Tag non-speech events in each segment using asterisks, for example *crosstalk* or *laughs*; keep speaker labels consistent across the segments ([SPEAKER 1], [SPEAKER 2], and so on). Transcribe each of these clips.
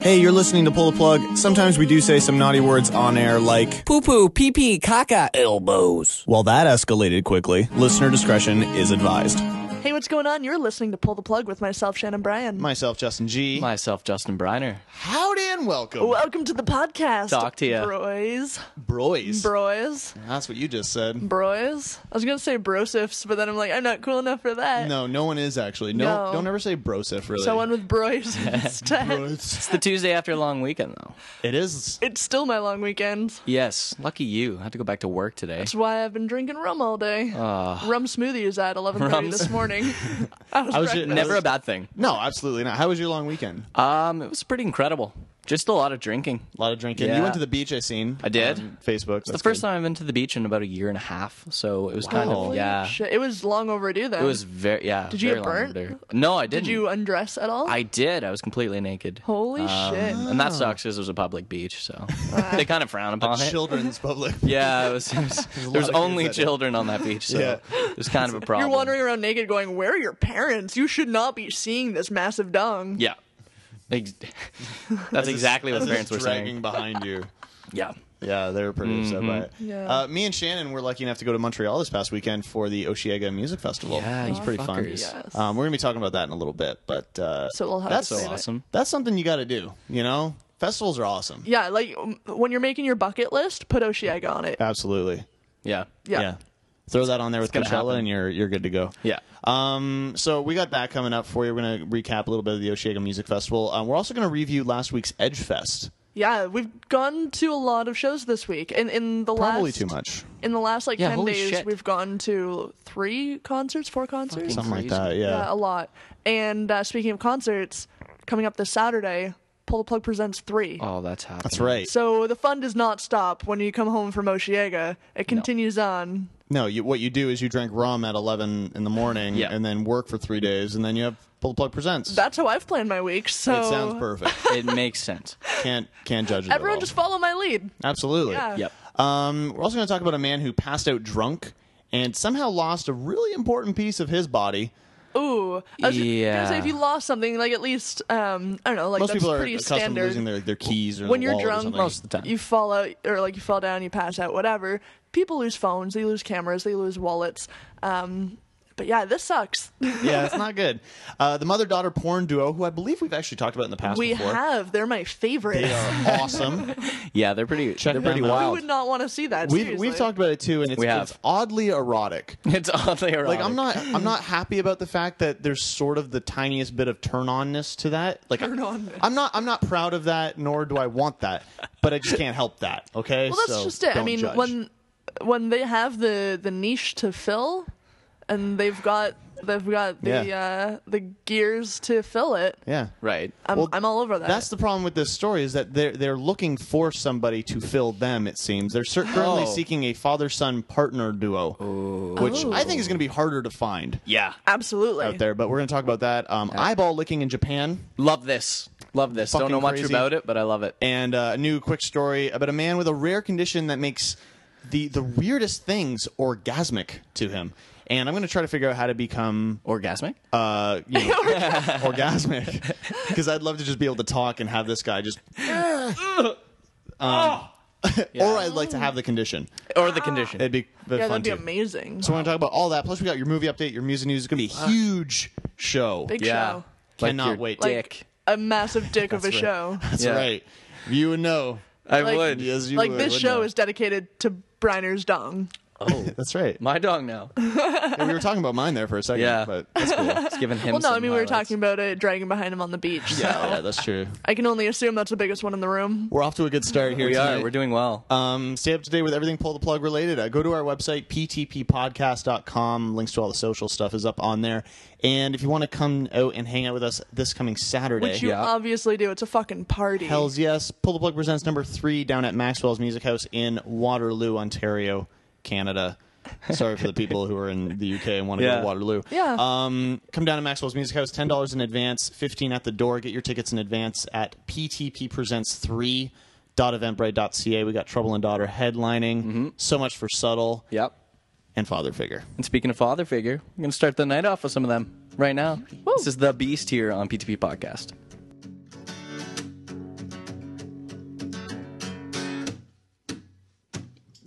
[SPEAKER 1] Hey, you're listening to Pull the Plug. Sometimes we do say some naughty words on air like,
[SPEAKER 2] Poo poo, pee pee, caca, elbows.
[SPEAKER 1] well, that escalated quickly. Listener discretion is advised.
[SPEAKER 3] Hey, what's going on? You're listening to Pull the Plug with myself, Shannon Bryan.
[SPEAKER 4] Myself, Justin G.
[SPEAKER 2] Myself, Justin Briner.
[SPEAKER 4] Howdy and welcome,
[SPEAKER 3] Welcome to the podcast.
[SPEAKER 2] Talk to ya.
[SPEAKER 3] Broys.
[SPEAKER 4] broys.
[SPEAKER 3] Broys.
[SPEAKER 4] That's what you just said.
[SPEAKER 3] Broys. I was going to say brosifs, but then I'm like, I'm not cool enough for that.
[SPEAKER 4] No, no one is actually. No,
[SPEAKER 3] No.
[SPEAKER 4] don't ever say brosif. Really,
[SPEAKER 3] Someone with
[SPEAKER 2] *laughs*
[SPEAKER 3] broys instead.
[SPEAKER 4] It's-
[SPEAKER 2] It's the Tuesday after a long weekend, though.
[SPEAKER 4] it is.
[SPEAKER 3] It's still my long weekend.
[SPEAKER 2] Yes, lucky you. I have to go back to work today. Uh,
[SPEAKER 3] That's why I've been drinking rum all day. rum smoothies at 11:30
[SPEAKER 2] Ah. Rum
[SPEAKER 3] this
[SPEAKER 2] s-
[SPEAKER 3] morning. *laughs* I was,
[SPEAKER 4] I was ju-
[SPEAKER 3] wrecked.
[SPEAKER 2] Never a bad thing.
[SPEAKER 4] No, absolutely not. How was your long weekend? A
[SPEAKER 2] Um, it was pretty incredible. Just a lot of drinking.
[SPEAKER 4] lot of drinking.
[SPEAKER 2] yeah.
[SPEAKER 4] You went to the beach. I seen.
[SPEAKER 2] I did.
[SPEAKER 4] on Facebook.
[SPEAKER 2] It's the first time I've been to the beach in about a year and a half, so it was kind of
[SPEAKER 4] Wow.
[SPEAKER 2] yeah.
[SPEAKER 3] Shit, it was long overdue then.
[SPEAKER 2] It was very yeah. Did
[SPEAKER 3] you
[SPEAKER 2] very
[SPEAKER 3] get
[SPEAKER 2] long
[SPEAKER 3] burnt?
[SPEAKER 2] overdue. No, I didn't.
[SPEAKER 3] Did you undress at all?
[SPEAKER 2] I did. I was completely naked. Um,
[SPEAKER 3] Holy shit.
[SPEAKER 2] And that sucks because it was a public beach, so they kind of frown upon it.
[SPEAKER 4] Children's public.
[SPEAKER 2] *laughs* Yeah, it was,
[SPEAKER 4] *laughs*
[SPEAKER 2] it was,
[SPEAKER 4] a lot
[SPEAKER 2] there's
[SPEAKER 4] of kids
[SPEAKER 2] only
[SPEAKER 4] that day.
[SPEAKER 2] children on that beach, so
[SPEAKER 4] *laughs* Yeah.
[SPEAKER 2] it was kind of a problem.
[SPEAKER 3] You're wandering around naked going, Where are your parents? You should not be seeing this massive dung.
[SPEAKER 2] Yeah. Ex- *laughs* That's exactly what the parents were
[SPEAKER 4] dragging
[SPEAKER 2] saying.
[SPEAKER 4] behind you.
[SPEAKER 2] *laughs* Yeah.
[SPEAKER 4] Yeah, they were pretty upset by it.
[SPEAKER 3] Yeah.
[SPEAKER 4] Uh, me and Shannon were lucky enough to go to Montreal this past weekend for the Oshiega Music Festival.
[SPEAKER 2] Yeah,
[SPEAKER 4] it was
[SPEAKER 2] you
[SPEAKER 4] pretty fun.
[SPEAKER 2] fuckers.
[SPEAKER 3] Yes.
[SPEAKER 4] Um, we're gonna be talking about that in a little bit, but uh,
[SPEAKER 3] So we'll have
[SPEAKER 4] that's
[SPEAKER 3] to
[SPEAKER 2] So
[SPEAKER 3] save it.
[SPEAKER 2] awesome.
[SPEAKER 4] That's something you got to do. You know, festivals are awesome.
[SPEAKER 3] Yeah, like um, when you're making your bucket list, put Oshiega on it.
[SPEAKER 4] Absolutely.
[SPEAKER 2] Yeah.
[SPEAKER 3] Yeah.
[SPEAKER 4] Throw that on there with
[SPEAKER 2] gonna happen.
[SPEAKER 4] Coachella, and you're you're good to go.
[SPEAKER 2] Yeah.
[SPEAKER 4] Um, so we got that coming up for you. We're gonna recap a little bit of the Oshiega Music Festival. Um, we're also gonna review last week's Edge Fest.
[SPEAKER 3] Yeah, we've gone to a lot of shows this week. And in the
[SPEAKER 4] Probably
[SPEAKER 3] last
[SPEAKER 4] too much,
[SPEAKER 3] in the last like
[SPEAKER 2] Yeah,
[SPEAKER 3] 10
[SPEAKER 2] holy
[SPEAKER 3] days,
[SPEAKER 2] shit.
[SPEAKER 3] we've gone to 3 concerts, 4 concerts.
[SPEAKER 2] Fucking
[SPEAKER 4] something like
[SPEAKER 2] Crazy.
[SPEAKER 4] that. Yeah.
[SPEAKER 3] yeah, a lot. And uh, speaking of concerts, coming up this Saturday, Pull the Plug presents 3.
[SPEAKER 2] Oh, that's happening.
[SPEAKER 4] That's right.
[SPEAKER 3] So the fun does not stop when you come home from Oshiega. It continues on.
[SPEAKER 4] No, you, what you do is you drink rum at 11 in the morning
[SPEAKER 2] Yeah.
[SPEAKER 4] and then work for three days, and then you have Pull the Plug Presents.
[SPEAKER 3] That's how I've planned my week. So
[SPEAKER 4] it sounds perfect.
[SPEAKER 2] *laughs* It makes sense.
[SPEAKER 4] can't can't judge it. at
[SPEAKER 3] Everyone
[SPEAKER 4] all.
[SPEAKER 3] just follow my lead.
[SPEAKER 4] absolutely.
[SPEAKER 3] Yeah.
[SPEAKER 2] Yep.
[SPEAKER 4] Um, we're also going to talk about a man who passed out drunk and somehow lost a really important piece of his body.
[SPEAKER 3] Ooh, I was gonna
[SPEAKER 2] Yeah.
[SPEAKER 3] say if you lost something, like at least um, I don't know, like
[SPEAKER 4] Most
[SPEAKER 3] that's
[SPEAKER 4] people are
[SPEAKER 3] pretty
[SPEAKER 4] accustomed
[SPEAKER 3] standard.
[SPEAKER 4] to losing their, their keys or
[SPEAKER 3] when
[SPEAKER 4] their
[SPEAKER 3] you're
[SPEAKER 4] wallet or
[SPEAKER 3] drunk,
[SPEAKER 4] something.
[SPEAKER 2] most of the time.
[SPEAKER 3] you fall out or like you fall down, you pass out, whatever. People lose phones, they lose cameras, they lose wallets. Um, but yeah, this sucks.
[SPEAKER 4] yeah, it's not good. Uh, the mother daughter porn duo, who I believe we've actually talked about in the
[SPEAKER 3] *laughs*
[SPEAKER 4] past
[SPEAKER 3] we
[SPEAKER 4] before.
[SPEAKER 3] have. They're my favorite.
[SPEAKER 4] They are *laughs* awesome.
[SPEAKER 2] Yeah, they're pretty. they're pretty
[SPEAKER 4] them out.
[SPEAKER 3] I
[SPEAKER 2] wild.
[SPEAKER 3] would not want to see that.
[SPEAKER 4] we've we've
[SPEAKER 3] seriously.
[SPEAKER 4] talked about it too, and it's,
[SPEAKER 2] We have.
[SPEAKER 4] it's oddly erotic.
[SPEAKER 2] *laughs* It's oddly erotic.
[SPEAKER 4] Like I'm not I'm not happy about the fact that there's sort of the tiniest bit of turn onness to that. Like
[SPEAKER 3] Turn-on-ness.
[SPEAKER 4] I'm not I'm not proud of that, nor do I want that. But I just can't help that. Okay.
[SPEAKER 3] Well, that's
[SPEAKER 4] So
[SPEAKER 3] just it. I
[SPEAKER 4] don't
[SPEAKER 3] mean,
[SPEAKER 4] judge.
[SPEAKER 3] when when they have the the niche to fill, and they've got they've got the uh, the gears to fill it.
[SPEAKER 4] yeah.
[SPEAKER 2] Right.
[SPEAKER 3] I'm,
[SPEAKER 4] Well,
[SPEAKER 3] I'm all over that.
[SPEAKER 4] That's the problem with this story is that they're they're looking for somebody to fill them. It seems they're cer- currently
[SPEAKER 2] Oh.
[SPEAKER 4] seeking a father son partner duo, which I think is going to be harder to find
[SPEAKER 2] Yeah.
[SPEAKER 3] Absolutely.
[SPEAKER 4] out there. But we're going to talk about that. Um, eyeball licking in Japan.
[SPEAKER 2] Love this. Love this. Don't
[SPEAKER 4] Fucking
[SPEAKER 2] know much
[SPEAKER 4] crazy.
[SPEAKER 2] about it, but I love it.
[SPEAKER 4] and uh, a new quick story about a man with a rare condition that makes the the weirdest things orgasmic to him. And I'm going to try to figure out how to become
[SPEAKER 2] Orgasmic.
[SPEAKER 4] uh, you know, *laughs* orgasmic because I'd love to just be able to talk and have this guy just. Um, *laughs* or I'd like to have the condition.
[SPEAKER 2] Oh! or the condition.
[SPEAKER 4] It'd be
[SPEAKER 3] yeah,
[SPEAKER 4] fun
[SPEAKER 3] that'd be
[SPEAKER 4] too.
[SPEAKER 3] amazing.
[SPEAKER 4] So we're going to talk about all that. Plus, we got your movie update, your music news. It's going to be a huge show.
[SPEAKER 3] Big
[SPEAKER 2] Oh, yeah.
[SPEAKER 3] show.
[SPEAKER 2] Like
[SPEAKER 4] Cannot
[SPEAKER 2] your
[SPEAKER 4] wait.
[SPEAKER 3] Like *laughs*
[SPEAKER 2] Dick.
[SPEAKER 3] a massive dick of a
[SPEAKER 2] *laughs*
[SPEAKER 3] show.
[SPEAKER 4] That's
[SPEAKER 2] Yeah.
[SPEAKER 4] right. You would know.
[SPEAKER 2] I
[SPEAKER 3] like-
[SPEAKER 2] would.
[SPEAKER 4] Yes, you
[SPEAKER 3] like
[SPEAKER 4] would,
[SPEAKER 3] this
[SPEAKER 4] wouldn't
[SPEAKER 3] show
[SPEAKER 4] I?
[SPEAKER 3] is dedicated to Briner's dong.
[SPEAKER 2] Oh,
[SPEAKER 4] That's right.
[SPEAKER 2] my dog now.
[SPEAKER 4] Yeah, we were talking about mine there for a second.
[SPEAKER 2] Yeah.
[SPEAKER 4] But that's cool.
[SPEAKER 2] *laughs* It's giving him.
[SPEAKER 3] Well, no,
[SPEAKER 2] some
[SPEAKER 3] I mean we were
[SPEAKER 2] highlights.
[SPEAKER 3] talking about it dragging behind him on the beach. So
[SPEAKER 4] Yeah, yeah, that's true.
[SPEAKER 3] I can only assume that's the biggest one in the room.
[SPEAKER 4] We're off to a good start here.
[SPEAKER 2] We
[SPEAKER 4] tonight.
[SPEAKER 2] are. We're doing well.
[SPEAKER 4] Um, stay up to date with everything pull the plug related. Uh, go to our website, ptppodcast.com. Links to all the social stuff is up on there. And if you want to come out and hang out with us this coming Saturday,
[SPEAKER 3] Which you
[SPEAKER 2] Yeah.
[SPEAKER 3] obviously do. It's a fucking party.
[SPEAKER 4] hells yes, pull the plug presents number three down at Maxwell's Music House in Waterloo, Ontario, Canada. Sorry for the people who are in the UK and want to go
[SPEAKER 2] Yeah.
[SPEAKER 4] to Waterloo.
[SPEAKER 3] Yeah.
[SPEAKER 4] Um, come down to Maxwell's Music House, ten dollars in advance, fifteen at the door. Get your tickets in advance at PTP Presents Three. eventbrite.ca. We got Trouble and Daughter headlining. So much for subtle
[SPEAKER 2] Mm-hmm. Yep.
[SPEAKER 4] and father figure.
[SPEAKER 2] And speaking of father figure, we're going to start the night off with some of them right now. This is The Beast here on PTP Podcast.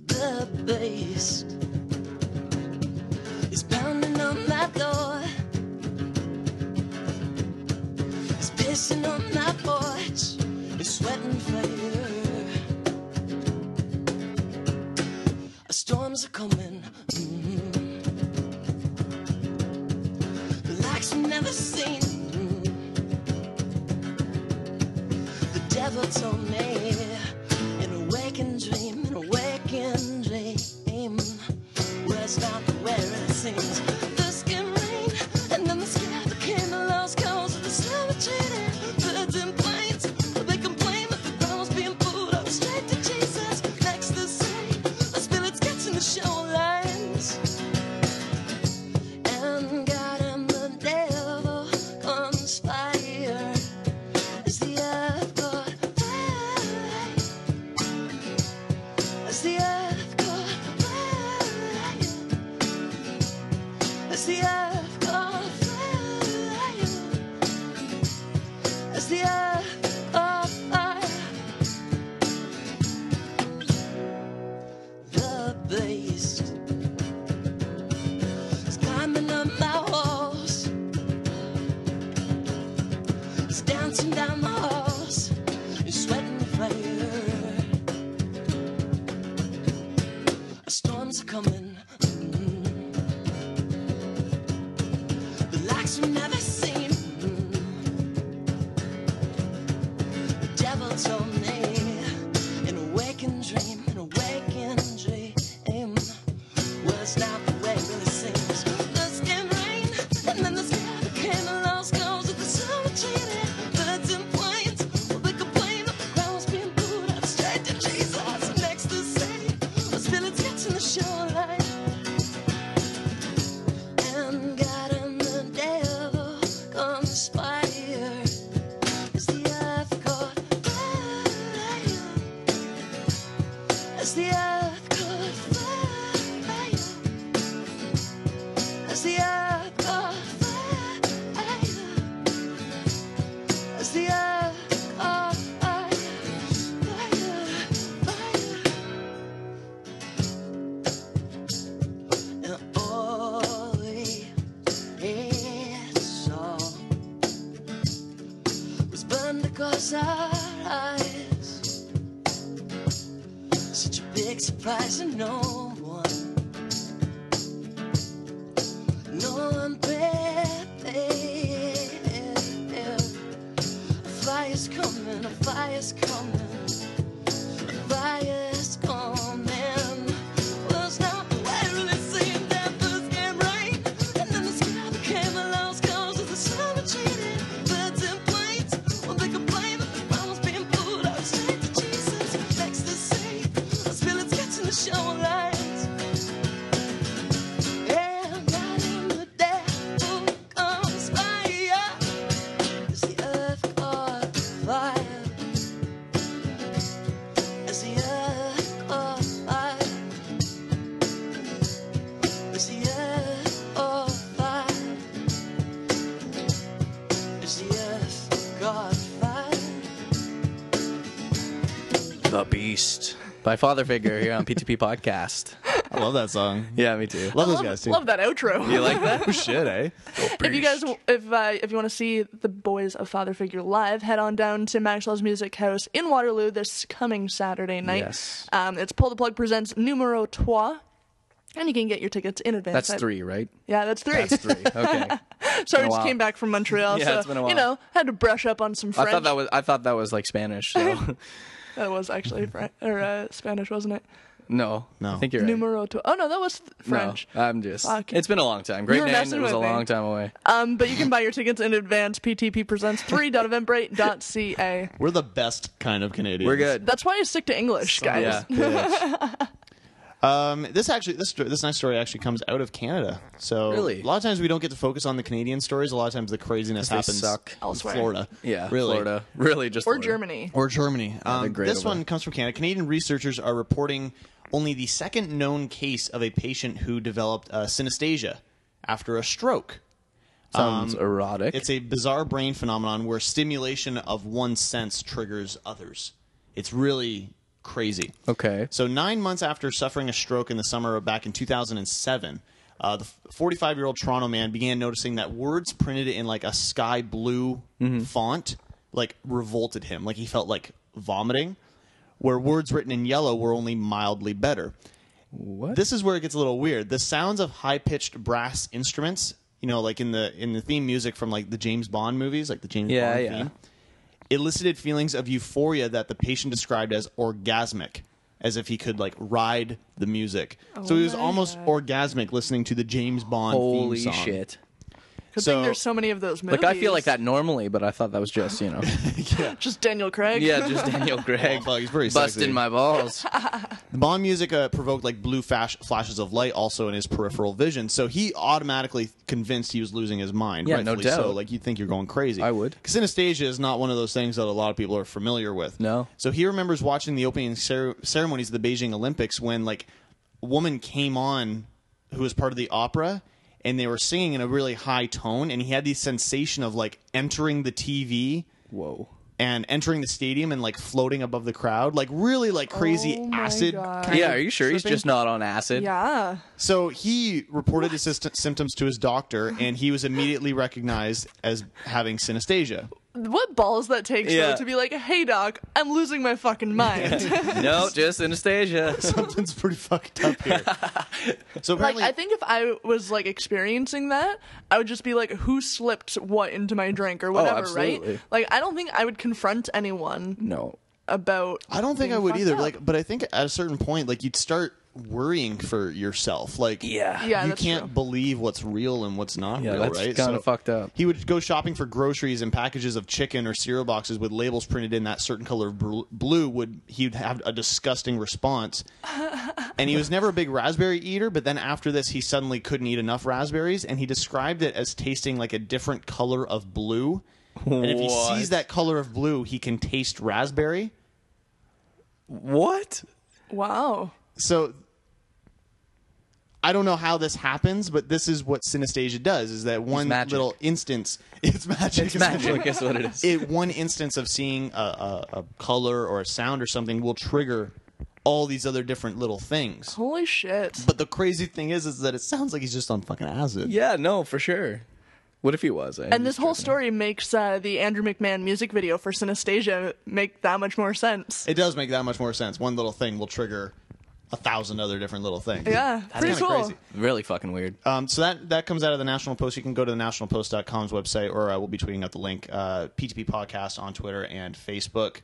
[SPEAKER 5] the bass is pounding on my door. It's pissing on my porch. It's sweating fire. A storms are coming. mm-hmm. mm Like we've never seen. mm. The devil told me in a waking dream, in a waking dream, was not where it seems. The skin rain, and then the sky became the lost cause of the cemetery. Birds and planes, they complain that the ground was being pulled up straight to Jesus. Next to say, the spirit's catching the shorelines. And God and the devil conspire as the earth got away, as the earth got away, as the earth got away, as the earth got away, the beast is climbing up my walls. It's dancing down the halls, it's sweating the fire. A storms are coming. mm. The likes we've never seen. mm. The devil told me in a waking dream, in a waking dream, was not the way it really seems. The skin rain, and then the sky became a lost cause of the cemetery. Birds and planes, well, they complain that the ground's being pulled up straight to Jesus. Next to say, the spirit's catching the shoreline. And God and the devil conspire. As the earth caught fire, as the earth caught fire, as the earth caught fire, as the earth caught fire, fire, fire, and all it saw was burned across our eyes. Such a big surprise to no one. No one prepared. A fire's coming, a fire's coming. A fire's coming. Was not where it seemed that first came rain, and then the sky became a lost cause of the summer cheating. Birds and planes, well they complain that the ground was being pulled out straight to Jesus. Next to sea, the spirit's catching the shorelines. And God in the devil conspire. Is the earth caught fire? Is the earth caught fire? Is the earth on fire? Is the earth got fire?
[SPEAKER 2] The Beast by Father Figure here on PTP Podcast.
[SPEAKER 1] I love that song.
[SPEAKER 2] Yeah, me too.
[SPEAKER 1] Love those guys too.
[SPEAKER 3] Love that outro.
[SPEAKER 2] You
[SPEAKER 3] *laughs*
[SPEAKER 2] like that?
[SPEAKER 1] Oh, shit, eh?
[SPEAKER 3] if you guys, if uh, if you want to see the boys of Father Figure live, head on down to Maxwell's Music House in Waterloo this coming Saturday night.
[SPEAKER 2] Yes.
[SPEAKER 3] Um, it's Pull the Plug presents Numero Trois, and you can get your tickets in advance.
[SPEAKER 2] That's
[SPEAKER 3] I-
[SPEAKER 2] three, right?
[SPEAKER 3] Yeah, that's three. *laughs*
[SPEAKER 2] That's three. Okay.
[SPEAKER 3] Sorry,
[SPEAKER 2] a
[SPEAKER 3] just
[SPEAKER 2] while.
[SPEAKER 3] came back from Montreal,
[SPEAKER 2] Yeah,
[SPEAKER 3] so
[SPEAKER 2] it's been a
[SPEAKER 3] you
[SPEAKER 2] while.
[SPEAKER 3] know had to brush up on some French.
[SPEAKER 2] I thought that was I thought that was like Spanish. So.
[SPEAKER 3] That was actually French or uh, Spanish, wasn't it?
[SPEAKER 2] no,
[SPEAKER 4] No.
[SPEAKER 2] I think you're right.
[SPEAKER 3] Numero Trois. Oh no, that was th-
[SPEAKER 2] No,
[SPEAKER 3] French.
[SPEAKER 2] I'm just.
[SPEAKER 3] Fuck.
[SPEAKER 2] It's been a long time. Great
[SPEAKER 3] You were
[SPEAKER 2] name.
[SPEAKER 3] messing
[SPEAKER 2] It was a
[SPEAKER 3] with me.
[SPEAKER 2] long time away.
[SPEAKER 3] Um, but you can buy your tickets in advance. PTP presents three ca.
[SPEAKER 4] We're the best kind of Canadians.
[SPEAKER 2] We're good.
[SPEAKER 3] That's why I stick to English, guys.
[SPEAKER 2] Yeah.
[SPEAKER 3] *laughs*
[SPEAKER 4] Um, this actually, this sto- this nice story actually comes out of Canada. So
[SPEAKER 2] Really?
[SPEAKER 4] a lot of times we don't get to focus on the Canadian stories. A lot of times the craziness
[SPEAKER 2] They
[SPEAKER 4] happens
[SPEAKER 2] suck.
[SPEAKER 4] in
[SPEAKER 3] Elsewhere.
[SPEAKER 4] Florida.
[SPEAKER 2] Yeah,
[SPEAKER 4] really.
[SPEAKER 2] Florida. Really, just
[SPEAKER 3] Or
[SPEAKER 2] Florida.
[SPEAKER 3] Germany.
[SPEAKER 4] or Germany. Um,
[SPEAKER 2] great
[SPEAKER 4] this
[SPEAKER 2] over
[SPEAKER 4] one
[SPEAKER 2] there.
[SPEAKER 4] comes from Canada. Canadian researchers are reporting only the second known case of a patient who developed uh, synesthesia after a stroke. Um,
[SPEAKER 2] Sounds erotic.
[SPEAKER 4] It's a bizarre brain phenomenon where stimulation of one sense triggers others. It's really Crazy.
[SPEAKER 2] Okay.
[SPEAKER 4] So nine months after suffering a stroke in the summer of back in 2007, uh, the 45 year old Toronto man began noticing that words printed in like a sky blue
[SPEAKER 2] Mm-hmm.
[SPEAKER 4] font like revolted him. Like he felt like vomiting. Where words written in yellow were only mildly better.
[SPEAKER 2] What?
[SPEAKER 4] This is where it gets a little weird. The sounds of high-pitched brass instruments, you know, like in the in the theme music from like the James Bond movies, like the James
[SPEAKER 2] Yeah,
[SPEAKER 4] Bond
[SPEAKER 2] yeah.
[SPEAKER 4] theme, elicited feelings of euphoria that the patient described as orgasmic, as if he could like ride the music. so he was
[SPEAKER 3] Oh my
[SPEAKER 4] almost orgasmic listening to the James Bond
[SPEAKER 2] Holy
[SPEAKER 4] theme song.
[SPEAKER 2] shit.
[SPEAKER 3] Good
[SPEAKER 4] So-
[SPEAKER 3] thing there's so many of those movies.
[SPEAKER 2] Like I feel like that normally, but I thought that was just
[SPEAKER 3] *laughs*
[SPEAKER 2] you know.
[SPEAKER 3] Just Daniel Craig.
[SPEAKER 2] yeah, just Daniel
[SPEAKER 4] *laughs*
[SPEAKER 3] *laughs*
[SPEAKER 2] Gregg
[SPEAKER 4] Oh, fuck, he's pretty
[SPEAKER 2] busting
[SPEAKER 4] sexy.
[SPEAKER 2] my balls.
[SPEAKER 4] The Bond music uh, provoked like blue flash- flashes of light also in his peripheral vision, so he automatically convinced he was losing his mind.
[SPEAKER 2] Yeah, no
[SPEAKER 4] rightfully So
[SPEAKER 2] doubt.
[SPEAKER 4] like you'd think you're going crazy.
[SPEAKER 2] I
[SPEAKER 4] *laughs*
[SPEAKER 2] would.
[SPEAKER 4] Synesthesia is not one of those things that a lot of people are familiar with.
[SPEAKER 2] No.
[SPEAKER 4] So he remembers watching the opening cer- ceremonies of the Beijing Olympics when like a woman came on who was part of the opera and they were singing in a really high tone and he had the sensation of like entering the TV
[SPEAKER 2] Whoa.
[SPEAKER 4] and entering the stadium and like floating above the crowd like really like crazy
[SPEAKER 3] Oh my
[SPEAKER 4] acid
[SPEAKER 3] God.
[SPEAKER 4] kind
[SPEAKER 2] Yeah,
[SPEAKER 4] of
[SPEAKER 2] are you sure he's
[SPEAKER 4] tripping.
[SPEAKER 2] just not on acid?
[SPEAKER 3] Yeah.
[SPEAKER 4] So he reported his syst- symptoms to his doctor, and he was immediately recognized as having synesthesia.
[SPEAKER 3] What balls that takes
[SPEAKER 2] Yeah.
[SPEAKER 3] though to be like, hey doc, I'm losing my fucking *laughs* mind.
[SPEAKER 2] *laughs* No, just *laughs* Anastasia.
[SPEAKER 4] *laughs* Something's pretty fucked up
[SPEAKER 3] *laughs*
[SPEAKER 4] here. So
[SPEAKER 3] like
[SPEAKER 4] apparently,
[SPEAKER 3] I think if I was like experiencing that, I would just be like, who slipped what into my drink or whatever, right?
[SPEAKER 2] Oh, absolutely.
[SPEAKER 3] Like I don't think I would confront anyone
[SPEAKER 2] No.
[SPEAKER 3] about.
[SPEAKER 4] I don't think
[SPEAKER 3] being
[SPEAKER 4] I would
[SPEAKER 3] fucked
[SPEAKER 4] either.
[SPEAKER 3] up.
[SPEAKER 4] Like, but I think at a certain point, like you'd start worrying for yourself. Like,
[SPEAKER 2] Yeah.
[SPEAKER 3] Yeah,
[SPEAKER 4] you
[SPEAKER 3] that's
[SPEAKER 4] can't
[SPEAKER 3] true.
[SPEAKER 4] believe what's real and what's not
[SPEAKER 2] Yeah,
[SPEAKER 4] real,
[SPEAKER 2] that's
[SPEAKER 4] right?
[SPEAKER 2] kinda fucked up.
[SPEAKER 4] He would go shopping for groceries and packages of chicken or cereal boxes with labels printed in that certain color of bru- blue. Would he'd have a disgusting response? and he was never a big raspberry eater, but then after this, he suddenly couldn't eat enough raspberries, and he described it as tasting like a different color of blue. And if he
[SPEAKER 2] What?
[SPEAKER 4] sees that color of blue, he can taste raspberry.
[SPEAKER 2] What?
[SPEAKER 3] wow.
[SPEAKER 4] so I don't know how this happens, but this is what synesthesia does: is that one
[SPEAKER 2] magic.
[SPEAKER 4] little instance, *laughs* it's magic.
[SPEAKER 2] It's
[SPEAKER 4] *laughs*
[SPEAKER 2] magic. Guess what it is.
[SPEAKER 4] It, one instance of seeing a, a, a color or a sound or something will trigger all these other different little things.
[SPEAKER 3] Holy shit.
[SPEAKER 4] But the crazy thing is, is that it sounds like he's just on fucking acid.
[SPEAKER 2] yeah, no, for sure. What if he was? eh?
[SPEAKER 3] And this
[SPEAKER 2] He's
[SPEAKER 3] whole
[SPEAKER 2] tripping.
[SPEAKER 3] story makes uh, the Andrew McMahon music video for Synesthesia make that much more sense.
[SPEAKER 4] It does make that much more sense. One little thing will trigger a thousand other different little things.
[SPEAKER 3] yeah, pretty
[SPEAKER 4] kinda
[SPEAKER 3] cool.
[SPEAKER 4] crazy.
[SPEAKER 2] really fucking weird.
[SPEAKER 4] Um, so that that comes out of the National Post. You can go to the nationalpost.com's website, or I will be tweeting out the link. Uh, PTP podcast on Twitter and Facebook.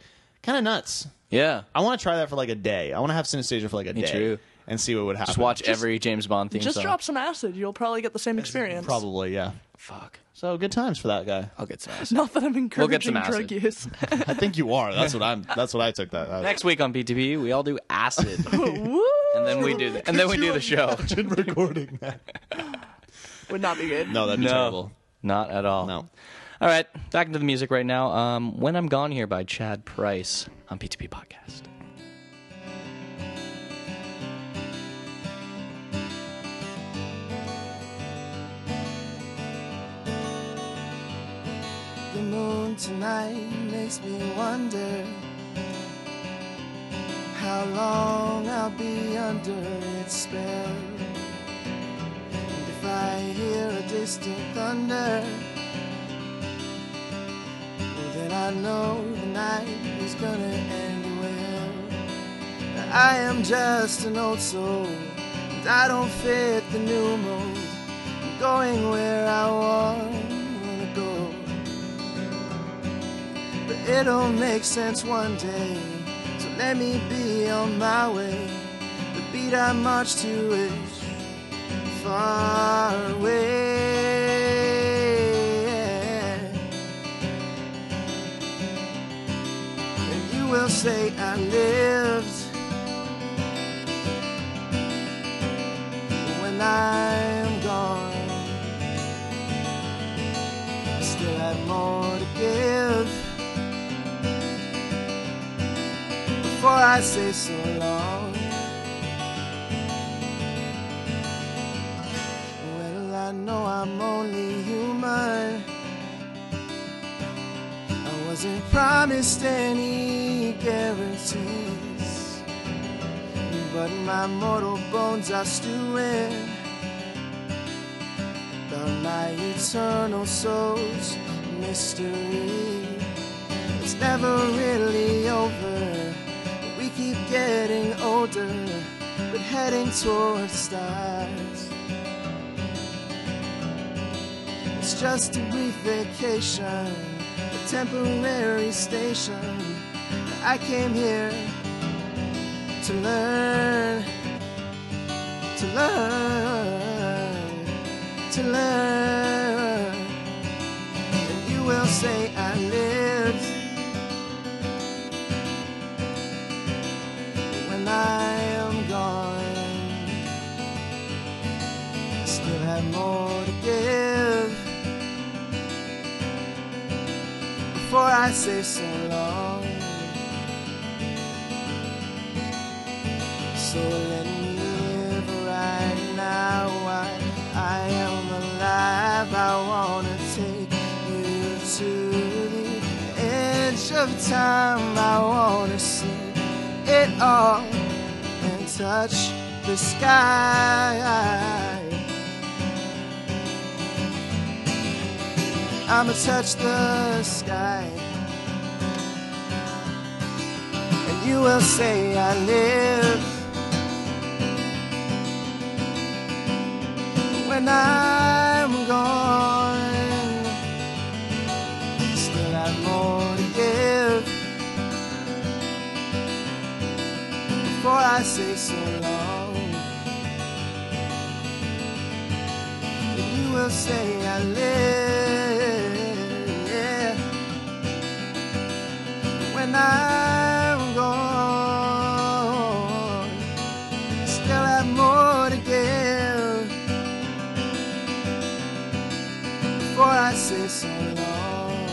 [SPEAKER 4] Kind of nuts.
[SPEAKER 2] Yeah.
[SPEAKER 4] I want to try that for like a day. I want to have synesthesia for like a day
[SPEAKER 2] too.
[SPEAKER 4] and see what would happen.
[SPEAKER 2] Just watch every James Bond theme
[SPEAKER 3] Just
[SPEAKER 2] song.
[SPEAKER 3] drop some acid. You'll probably get the same experience.
[SPEAKER 4] Probably, yeah.
[SPEAKER 2] Fuck.
[SPEAKER 4] So good times for that guy.
[SPEAKER 2] I'll get some
[SPEAKER 3] *laughs*
[SPEAKER 2] ass.
[SPEAKER 3] Not that I'm encouraging
[SPEAKER 2] get some
[SPEAKER 3] drug
[SPEAKER 2] acid.
[SPEAKER 3] use.
[SPEAKER 2] *laughs*
[SPEAKER 4] *laughs* I think you are. That's what I'm. That's what I took that. as.
[SPEAKER 2] Next week on PTP, we all do
[SPEAKER 4] *laughs*
[SPEAKER 2] acid,
[SPEAKER 3] Woo!
[SPEAKER 2] and then we do the, and then we do the show.
[SPEAKER 4] recording that.
[SPEAKER 3] Would not be good.
[SPEAKER 4] *laughs* No, that'd be terrible.
[SPEAKER 2] not at all.
[SPEAKER 4] No.
[SPEAKER 2] All right, back into the music right now. Um, when I'm gone here by Chad Price on PTP podcast.
[SPEAKER 6] The moon tonight makes me wonder how long I'll be under its spell. And if I hear a distant thunder, well, then I know the night is gonna end well. I am just an old soul, and I don't fit the new mold. I'm going where I wanna go. But it'll make sense one day. So let me be on my way. The beat I march to is far away. And you will say I lived. When I'm gone, I still have more to give. before I say so long. Well, I know I'm only human. I wasn't promised any guarantees. but my mortal bones are stewing on my eternal soul's mystery. It's never really over. We keep getting older, but heading towards the stars. It's just a brief vacation, a temporary station. I came here to learn, to learn, to learn. And you will say I lived when I am gone. I still have more to give before I say so long. So let me live right now. I, I am alive. I wanna take you to the edge of time. I wanna see it all and touch the sky. I'ma touch the sky. And you will say I live when I'm gone. Still have more to give before I say so long. And you will say I live when I'm gone. Still have more to give before I say so long.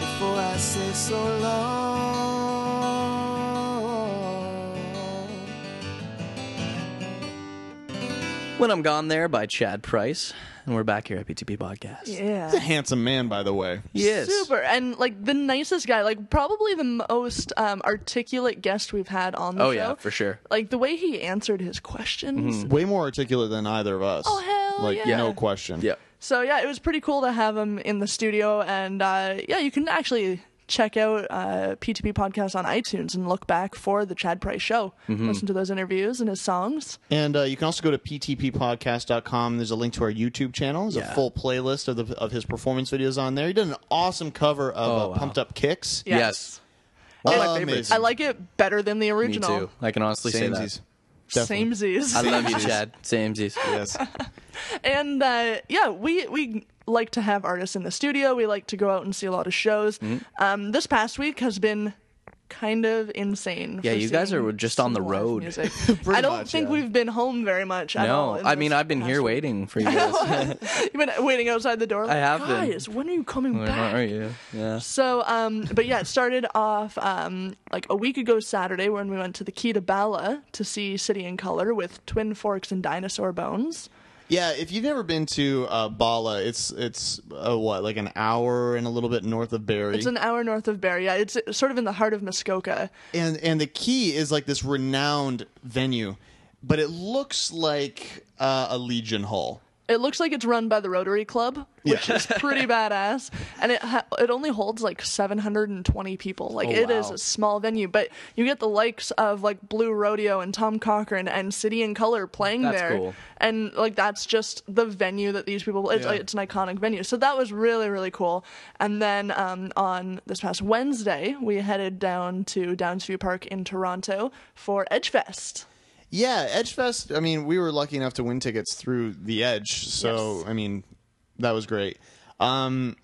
[SPEAKER 6] Before I say so long.
[SPEAKER 2] When I'm Gone There by Chad Price. And we're back here at PTP Podcast.
[SPEAKER 3] Yeah.
[SPEAKER 4] Handsome man, by the way.
[SPEAKER 2] He is.
[SPEAKER 3] Super. And like the nicest guy, like probably the most um, articulate guest we've had on the
[SPEAKER 2] Oh,
[SPEAKER 3] show.
[SPEAKER 2] yeah, for sure. Mm-hmm.
[SPEAKER 3] Like the way he answered his questions.
[SPEAKER 4] Way more articulate than either of us.
[SPEAKER 3] Oh, hell
[SPEAKER 4] Like,
[SPEAKER 3] yeah.
[SPEAKER 4] no question.
[SPEAKER 2] Yeah.
[SPEAKER 3] So yeah, it was pretty cool to have him in the studio, and uh, yeah, you can actually check out uh, P2P podcast on iTunes and look back for the Chad Price show.
[SPEAKER 2] Mm-hmm.
[SPEAKER 3] Listen to those interviews and his songs.
[SPEAKER 4] And uh, you can also go to ptppodcast.com. There's a link to our YouTube channel. There's
[SPEAKER 2] Yeah.
[SPEAKER 4] a full playlist of, the, of his performance videos on there. He did an awesome cover of
[SPEAKER 2] Oh,
[SPEAKER 4] uh,
[SPEAKER 2] wow.
[SPEAKER 4] Pumped Up Kicks.
[SPEAKER 3] Yes.
[SPEAKER 2] Yes.
[SPEAKER 4] One
[SPEAKER 3] of my
[SPEAKER 2] favorites.
[SPEAKER 3] I like it better than the
[SPEAKER 2] Me
[SPEAKER 3] original.
[SPEAKER 2] too. I can honestly say
[SPEAKER 4] Samesies.
[SPEAKER 3] Samesies.
[SPEAKER 2] that. I love you, Chad. Samesies. Mm.
[SPEAKER 4] Yes.
[SPEAKER 3] *laughs* and uh, yeah, we we like to have artists in the studio. We like to go out and see a lot of shows.
[SPEAKER 2] Mm-hmm.
[SPEAKER 3] Um, this past week has been kind of insane.
[SPEAKER 2] Yeah,
[SPEAKER 3] for
[SPEAKER 2] you guys
[SPEAKER 3] seeing
[SPEAKER 2] are just
[SPEAKER 3] some
[SPEAKER 2] on the
[SPEAKER 3] live
[SPEAKER 2] road. *laughs*
[SPEAKER 3] music.
[SPEAKER 4] Pretty
[SPEAKER 3] I don't
[SPEAKER 4] much,
[SPEAKER 3] think
[SPEAKER 4] yeah.
[SPEAKER 3] we've been home very much. At all
[SPEAKER 2] No,
[SPEAKER 3] in
[SPEAKER 2] I
[SPEAKER 3] this
[SPEAKER 2] mean I've been
[SPEAKER 3] past
[SPEAKER 2] here
[SPEAKER 3] week.
[SPEAKER 2] waiting for you guys.
[SPEAKER 3] *laughs*
[SPEAKER 2] *laughs*
[SPEAKER 3] You've been waiting outside the door. Like,
[SPEAKER 2] have been.
[SPEAKER 3] Guys, when are you coming
[SPEAKER 2] Where
[SPEAKER 3] back?
[SPEAKER 2] are you? Yeah.
[SPEAKER 3] So, um, but yeah, it started off um, like a week ago Saturday when we went to the Key to Bala to see City in Color with Twin Forks and Dinosaur Bones.
[SPEAKER 4] Yeah, if you've never been to uh, Bala, it's it's uh, what like an hour and a little bit north of Barrie,
[SPEAKER 3] It's an hour north of Barrie. Yeah, It's sort of in the heart of Muskoka.
[SPEAKER 4] and and the key is like this renowned venue, but it looks like uh, a Legion Hall.
[SPEAKER 3] It looks like it's run by the Rotary Club, which is
[SPEAKER 2] *laughs*
[SPEAKER 3] pretty badass. And it ha- it only holds like 720 people. Like
[SPEAKER 2] Oh,
[SPEAKER 3] it is
[SPEAKER 2] wow.
[SPEAKER 3] a small venue, but you get the likes of like Blue Rodeo and Tom Cochran and City in Color playing
[SPEAKER 2] That's
[SPEAKER 3] there.
[SPEAKER 2] cool.
[SPEAKER 3] And like that's just the venue that these people. It's,
[SPEAKER 4] Yeah.
[SPEAKER 3] it's an iconic venue. So that was really really cool. And then um, on this past Wednesday, we headed down to Downsview Park in Toronto for Edgefest.
[SPEAKER 4] Yeah, Edgefest. I mean, we were lucky enough to win tickets through the Edge, so
[SPEAKER 3] Yes.
[SPEAKER 4] I mean, that was great. Um,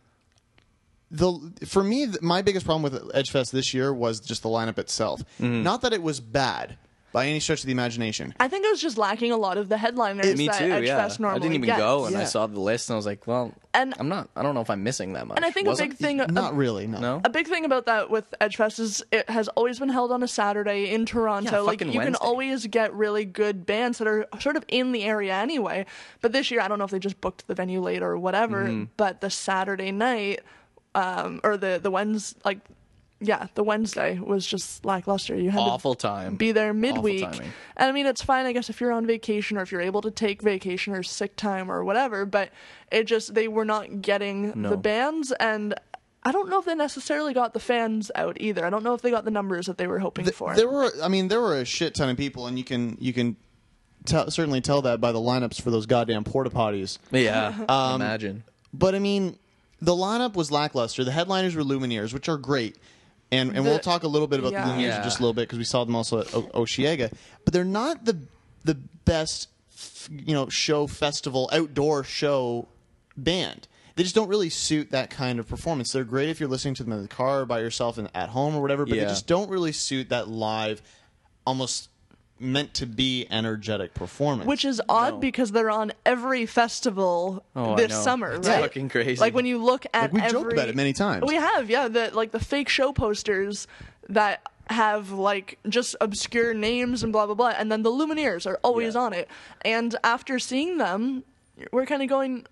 [SPEAKER 4] the for me, th- my biggest problem with Edgefest this year was just the lineup itself.
[SPEAKER 3] Mm-hmm.
[SPEAKER 4] Not that it was bad by any stretch of the imagination.
[SPEAKER 3] I think I was just lacking a lot of the headliners
[SPEAKER 2] Me
[SPEAKER 3] that
[SPEAKER 2] too.
[SPEAKER 3] Edgefest
[SPEAKER 2] Yeah. I
[SPEAKER 3] normally
[SPEAKER 2] didn't even
[SPEAKER 3] gets.
[SPEAKER 2] go, and I
[SPEAKER 4] Yeah.
[SPEAKER 2] saw the list, and I was like, well,
[SPEAKER 3] And-
[SPEAKER 2] I'm not. I don't know if I'm missing that much.
[SPEAKER 3] And I think
[SPEAKER 2] Was
[SPEAKER 3] a
[SPEAKER 2] I?
[SPEAKER 3] big thing,
[SPEAKER 4] Not
[SPEAKER 3] a,
[SPEAKER 4] really. No.
[SPEAKER 2] No.
[SPEAKER 3] a big thing about that with Edgefest is it has always been held on a Saturday in Toronto.
[SPEAKER 2] Yeah,
[SPEAKER 3] like you
[SPEAKER 2] fucking
[SPEAKER 3] can
[SPEAKER 2] Wednesday.
[SPEAKER 3] always get really good bands that are sort of in the area anyway. But this year, I don't know if they just booked the venue late
[SPEAKER 2] Mm-hmm.
[SPEAKER 3] or whatever. But the Saturday night, um, or the the Wednesday, like yeah, the Wednesday was just lackluster. You had
[SPEAKER 2] Awful
[SPEAKER 3] to
[SPEAKER 2] time.
[SPEAKER 3] be there midweek.
[SPEAKER 2] timing.
[SPEAKER 3] And I mean, it's fine, I guess, if you're on vacation or if you're able to take vacation or sick time or whatever, but it just, they were not getting
[SPEAKER 2] No.
[SPEAKER 3] the bands. And I don't know if they necessarily got the fans out either. I don't know if they got the numbers that they were hoping for.
[SPEAKER 4] There were, I mean, there were a shit ton of people, and you can you can tell, certainly tell that by the lineups for those goddamn porta potties.
[SPEAKER 3] *laughs*
[SPEAKER 4] Um,
[SPEAKER 2] Yeah. imagine.
[SPEAKER 4] But I mean, the lineup was lackluster. The headliners were Lumineers, which are great, and and
[SPEAKER 3] The-
[SPEAKER 4] we'll talk a little bit about
[SPEAKER 3] yeah.
[SPEAKER 4] the Lumineers in just a
[SPEAKER 2] Yeah.
[SPEAKER 4] little bit because we saw them also at o- Oshiega. But they're not the the best, f- you know, show festival outdoor show band. They just don't really suit that kind of performance. They're great if you're listening to them in the car or by yourself and at home or whatever, but they
[SPEAKER 2] Yeah.
[SPEAKER 4] just don't really suit that live, almost meant to be energetic performance.
[SPEAKER 3] Which is odd because they're on every festival
[SPEAKER 2] Oh, I
[SPEAKER 3] this
[SPEAKER 2] know.
[SPEAKER 3] summer,
[SPEAKER 2] It's
[SPEAKER 3] right?
[SPEAKER 2] fucking crazy.
[SPEAKER 3] Like when you look at
[SPEAKER 4] Like, we
[SPEAKER 3] every,
[SPEAKER 4] joked about it many times.
[SPEAKER 3] We have, yeah. The like the fake show posters that have like just obscure names and blah blah blah, and then the Lumineers are always
[SPEAKER 2] Yeah.
[SPEAKER 3] on it. And after seeing them, we're kind of going,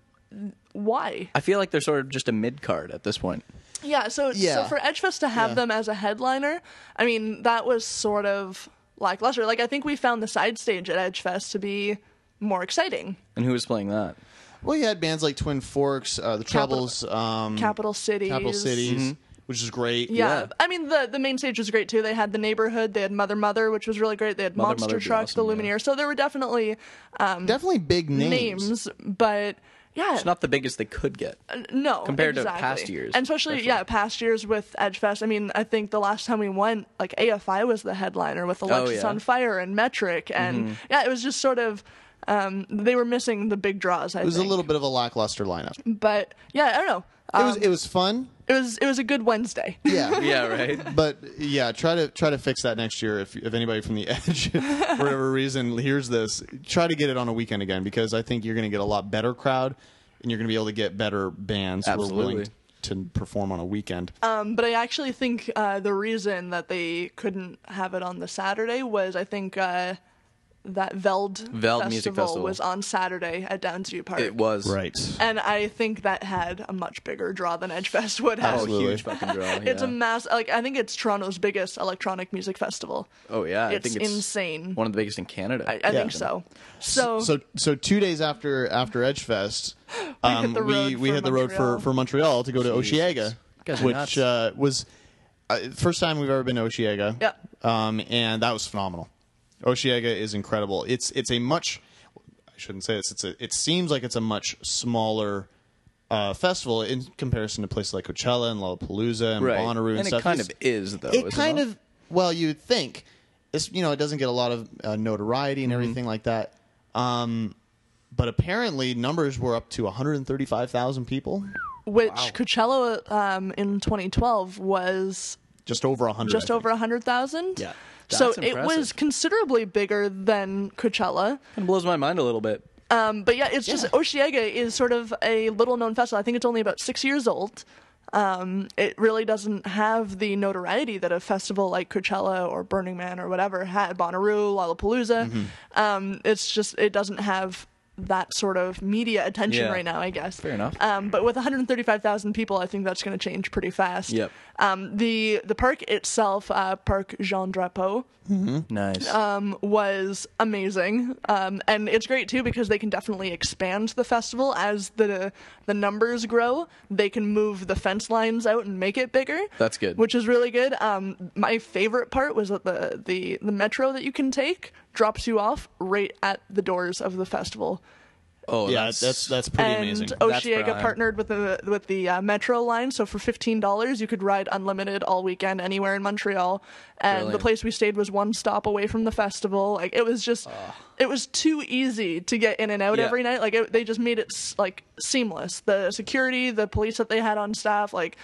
[SPEAKER 3] why?
[SPEAKER 2] I feel like they're sort of just a mid card at this point.
[SPEAKER 3] Yeah, so so
[SPEAKER 4] Yeah.
[SPEAKER 3] for Edgefest to have
[SPEAKER 4] Yeah.
[SPEAKER 3] them as a headliner, I mean, that was sort of lackluster. Like I think we found the side stage at Edgefest to be more exciting.
[SPEAKER 2] And who was playing that?
[SPEAKER 4] Well, you had bands like Twin Forks, uh, the
[SPEAKER 3] Capital-
[SPEAKER 4] Troubles, um,
[SPEAKER 3] Capital Cities.
[SPEAKER 4] Capital Cities,
[SPEAKER 3] Mm-hmm.
[SPEAKER 4] which is great.
[SPEAKER 3] Yeah.
[SPEAKER 2] Yeah.
[SPEAKER 3] I mean the the main stage was great too. They had the neighborhood, they had Mother Mother, which was really great. They had
[SPEAKER 2] Mother
[SPEAKER 3] Monster
[SPEAKER 2] Mother would be
[SPEAKER 3] Truck, the
[SPEAKER 2] awesome,
[SPEAKER 3] Lumineer.
[SPEAKER 2] yeah.
[SPEAKER 3] So there were definitely um,
[SPEAKER 4] definitely big names.
[SPEAKER 3] names, but yeah, Uh,
[SPEAKER 2] It's not the biggest they could get.
[SPEAKER 3] no
[SPEAKER 2] compared to
[SPEAKER 3] exactly.
[SPEAKER 2] past years,
[SPEAKER 3] and especially, yeah, past years with Edgefest. I mean, I think the last time we went, like AFI was the headliner with Alexis
[SPEAKER 2] yeah.
[SPEAKER 3] on Fire and Metric, and yeah, it was just sort of. Um, they were missing the big draws. I
[SPEAKER 4] It was a little bit of a lackluster lineup. It
[SPEAKER 3] but yeah, I don't know. Um,
[SPEAKER 4] was it was fun.
[SPEAKER 3] it was it was a good Wednesday.
[SPEAKER 2] *laughs*
[SPEAKER 4] Yeah.
[SPEAKER 2] Yeah, right?
[SPEAKER 4] But yeah, try to try to fix that next year. If if anybody from the *laughs* edge, for whatever reason, hears this, try to get it on a weekend again because I think you're going to get a lot better crowd, and you're going to be able to get better bands who are willing
[SPEAKER 2] Absolutely.
[SPEAKER 4] to perform on a weekend.
[SPEAKER 3] Um, but I actually think uh, the reason that they couldn't have it on the Saturday was I think uh, that Veld,
[SPEAKER 2] Veld Music Festival.
[SPEAKER 3] was on Saturday at Downsview Park.
[SPEAKER 2] It was.
[SPEAKER 3] And I think that had a much bigger draw than Edgefest would have.
[SPEAKER 2] Oh,
[SPEAKER 4] Absolutely.
[SPEAKER 2] huge fucking draw.
[SPEAKER 3] It's a
[SPEAKER 2] yeah.
[SPEAKER 3] mass like I think it's Toronto's biggest electronic music festival.
[SPEAKER 2] Oh, yeah. I
[SPEAKER 3] it's
[SPEAKER 2] think it's
[SPEAKER 3] insane.
[SPEAKER 2] One of the biggest in Canada.
[SPEAKER 3] I, I think so. So,
[SPEAKER 4] so so two days after after
[SPEAKER 3] *gasps*
[SPEAKER 4] Edgefest, um,
[SPEAKER 3] the road
[SPEAKER 4] we we
[SPEAKER 3] for
[SPEAKER 4] hit the road for
[SPEAKER 3] Montreal.
[SPEAKER 4] for Montreal to go to
[SPEAKER 2] Jesus.
[SPEAKER 4] Oshiega,
[SPEAKER 2] You guys are
[SPEAKER 4] which
[SPEAKER 2] nuts.
[SPEAKER 4] uh, was uh, first time we've ever been to Oshiega.
[SPEAKER 3] Yeah.
[SPEAKER 4] um, and that was phenomenal. Oshiega is incredible. It's it's a much I shouldn't say this. It's a it seems like it's a much smaller. Uh, festival in comparison to places like Coachella and Lollapalooza and
[SPEAKER 2] right.
[SPEAKER 4] Bonnaroo and,
[SPEAKER 2] and
[SPEAKER 4] stuff.
[SPEAKER 2] it kind
[SPEAKER 4] It's-
[SPEAKER 2] of is, though.
[SPEAKER 4] it
[SPEAKER 2] is
[SPEAKER 4] kind
[SPEAKER 2] not?
[SPEAKER 4] of well you would think it's you know it doesn't get a lot of uh, notoriety
[SPEAKER 2] Mm-hmm.
[SPEAKER 4] and everything like that um but apparently numbers were up to 135,000 people
[SPEAKER 3] which Coachella um, in 2012 was
[SPEAKER 4] just over 100
[SPEAKER 3] just
[SPEAKER 4] I
[SPEAKER 3] over 100,000.
[SPEAKER 2] Yeah.
[SPEAKER 3] so
[SPEAKER 2] That's
[SPEAKER 3] it was
[SPEAKER 2] impressive.
[SPEAKER 3] considerably bigger than Coachella.
[SPEAKER 2] It blows my mind a little bit.
[SPEAKER 3] Um, but yeah, it's just Oshiega is sort of a little known festival. I think it's only about six years old. Um, it really doesn't have the notoriety that a festival like Coachella or Burning Man or whatever had, Bonnaroo, Lollapalooza.
[SPEAKER 2] Mm-hmm.
[SPEAKER 3] Um, it's just, it doesn't have that sort of media attention
[SPEAKER 2] Yeah.
[SPEAKER 3] right now, I guess.
[SPEAKER 2] Fair enough.
[SPEAKER 3] Um, but with 135,000 people, I think that's going to change pretty fast.
[SPEAKER 2] Yep.
[SPEAKER 3] Um, the, the park itself, uh, Parc Jean Drapeau,
[SPEAKER 4] Mm-hmm.
[SPEAKER 2] Nice.
[SPEAKER 3] Uh, um, was amazing, um, and it's great too because they can definitely expand the festival as the the numbers grow. They can move the fence lines out and make it bigger.
[SPEAKER 2] That's good.
[SPEAKER 3] Which is really good. Um, my favorite part was that the the the metro that you can take drops you off right at the doors of the festival.
[SPEAKER 2] oh,
[SPEAKER 4] think. yeah
[SPEAKER 2] that's,
[SPEAKER 4] that's that's, pretty
[SPEAKER 3] and
[SPEAKER 4] amazing
[SPEAKER 2] That's
[SPEAKER 3] Oshiega
[SPEAKER 2] prime.
[SPEAKER 3] partnered with the with the uh, metro line, so for fifteen dollars you could ride unlimited all weekend anywhere in Montreal. And the
[SPEAKER 2] Brilliant.
[SPEAKER 3] place we stayed was one stop away from the festival. Like it was just, it was too easy to get in and out
[SPEAKER 2] Yeah.
[SPEAKER 3] every night. Like it, they just made it s- like seamless. The security, the police that they had on staff, like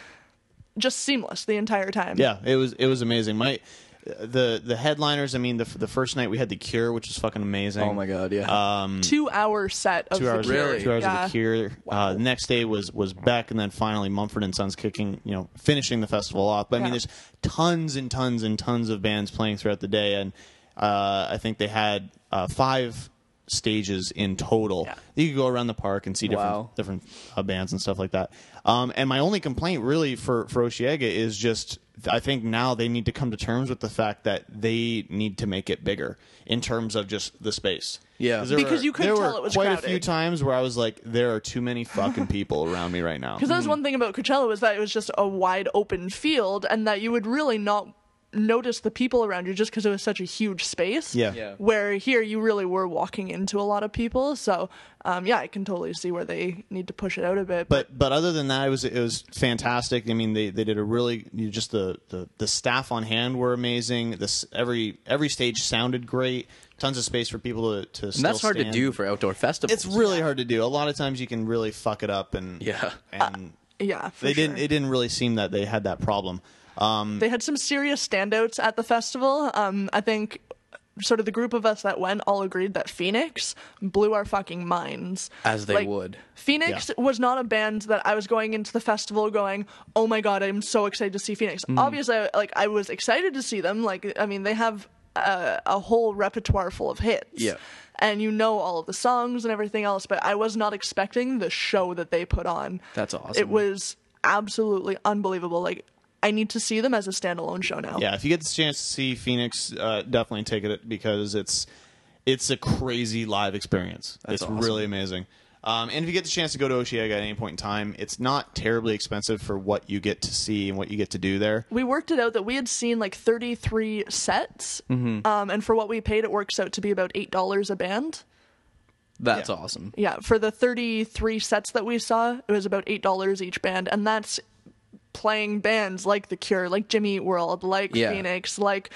[SPEAKER 3] just seamless the entire time.
[SPEAKER 4] yeah it was it was amazing my the the headliners i mean the the first night we had the cure which was fucking amazing Um,
[SPEAKER 2] oh, my God. Yeah.
[SPEAKER 3] two hour set of
[SPEAKER 4] two
[SPEAKER 3] the
[SPEAKER 4] hours,
[SPEAKER 3] Cure.
[SPEAKER 2] Really?
[SPEAKER 4] two hours
[SPEAKER 3] Yeah.
[SPEAKER 4] of the Cure. Uh, the next day was was Beck, and then finally Mumford and Sons kicking, you know, finishing the festival off. But I mean,
[SPEAKER 3] Yeah.
[SPEAKER 4] there's tons and tons and tons of bands playing throughout the day, and uh, I think they had uh, five stages in total. You could go around the park and see different
[SPEAKER 2] Wow.
[SPEAKER 4] different uh, bands and stuff like that. Um, and my only complaint really for for Oshiega is just I think now they need to come to terms with the fact that they need to make it bigger in terms of just the space.
[SPEAKER 2] Yeah.
[SPEAKER 4] there
[SPEAKER 3] Because
[SPEAKER 4] were-
[SPEAKER 3] you could
[SPEAKER 4] there
[SPEAKER 3] tell
[SPEAKER 4] were
[SPEAKER 3] it was
[SPEAKER 4] quite a
[SPEAKER 3] crowded.
[SPEAKER 4] few times where I was like, there are too many fucking people around me right
[SPEAKER 3] *laughs*
[SPEAKER 4] now.
[SPEAKER 3] Because that was one thing about Coachella was that it was just a wide open field, and that you would really not notice the people around you just because it was such a huge space.
[SPEAKER 4] Yeah.
[SPEAKER 2] Yeah.
[SPEAKER 3] Where here you really were walking into a lot of people, so um, yeah, I can totally see where they need to push it out a bit.
[SPEAKER 4] but but other than that, it was it was fantastic. I mean, they, they did a really you just the, the the staff on hand were amazing. This every every stage sounded great. Tons of space for people to to.
[SPEAKER 2] And that's hard to do for outdoor festivals.
[SPEAKER 4] It's really hard to do. A lot of times you can really fuck it up and
[SPEAKER 2] Yeah.
[SPEAKER 4] and
[SPEAKER 3] yeah, *laughs* for
[SPEAKER 4] they
[SPEAKER 3] sure.
[SPEAKER 4] didn't. It didn't really seem that they had that problem. Um,
[SPEAKER 3] They had some serious standouts at the festival. Um, I think sort of the group of us that went all agreed that Phoenix blew our fucking minds.
[SPEAKER 2] As they would.
[SPEAKER 3] Phoenix
[SPEAKER 4] Yeah.
[SPEAKER 3] was not a band that I was going into the festival going, oh my god, I'm so excited to see Phoenix.
[SPEAKER 2] Mm.
[SPEAKER 3] Obviously, I- like I was excited to see them. Like I mean, they have a, a whole repertoire full of hits.
[SPEAKER 2] Yeah.
[SPEAKER 3] And you know all of the songs and everything else, but I was not expecting the show that they put on.
[SPEAKER 2] That's awesome.
[SPEAKER 3] It was absolutely unbelievable. Like I need to see them as a standalone show now.
[SPEAKER 4] Yeah, if you get the chance to see Phoenix, uh, definitely take it because it's it's a crazy live experience. it's
[SPEAKER 2] awesome.
[SPEAKER 4] really amazing. Um, and if you get the chance to go to Oshiega at any point in time, it's not terribly expensive for what you get to see and what you get to do there.
[SPEAKER 3] We worked it out that we had seen like 33 sets,
[SPEAKER 2] Mm-hmm.
[SPEAKER 3] um, and for what we paid, it works out to be about eight dollars a band.
[SPEAKER 2] That's
[SPEAKER 4] Yeah.
[SPEAKER 2] awesome.
[SPEAKER 3] Yeah, for the 33 sets that we saw, it was about $8 each band, and that's playing bands like The Cure, like Jimmy Eat World, like
[SPEAKER 2] Yeah.
[SPEAKER 3] Phoenix, like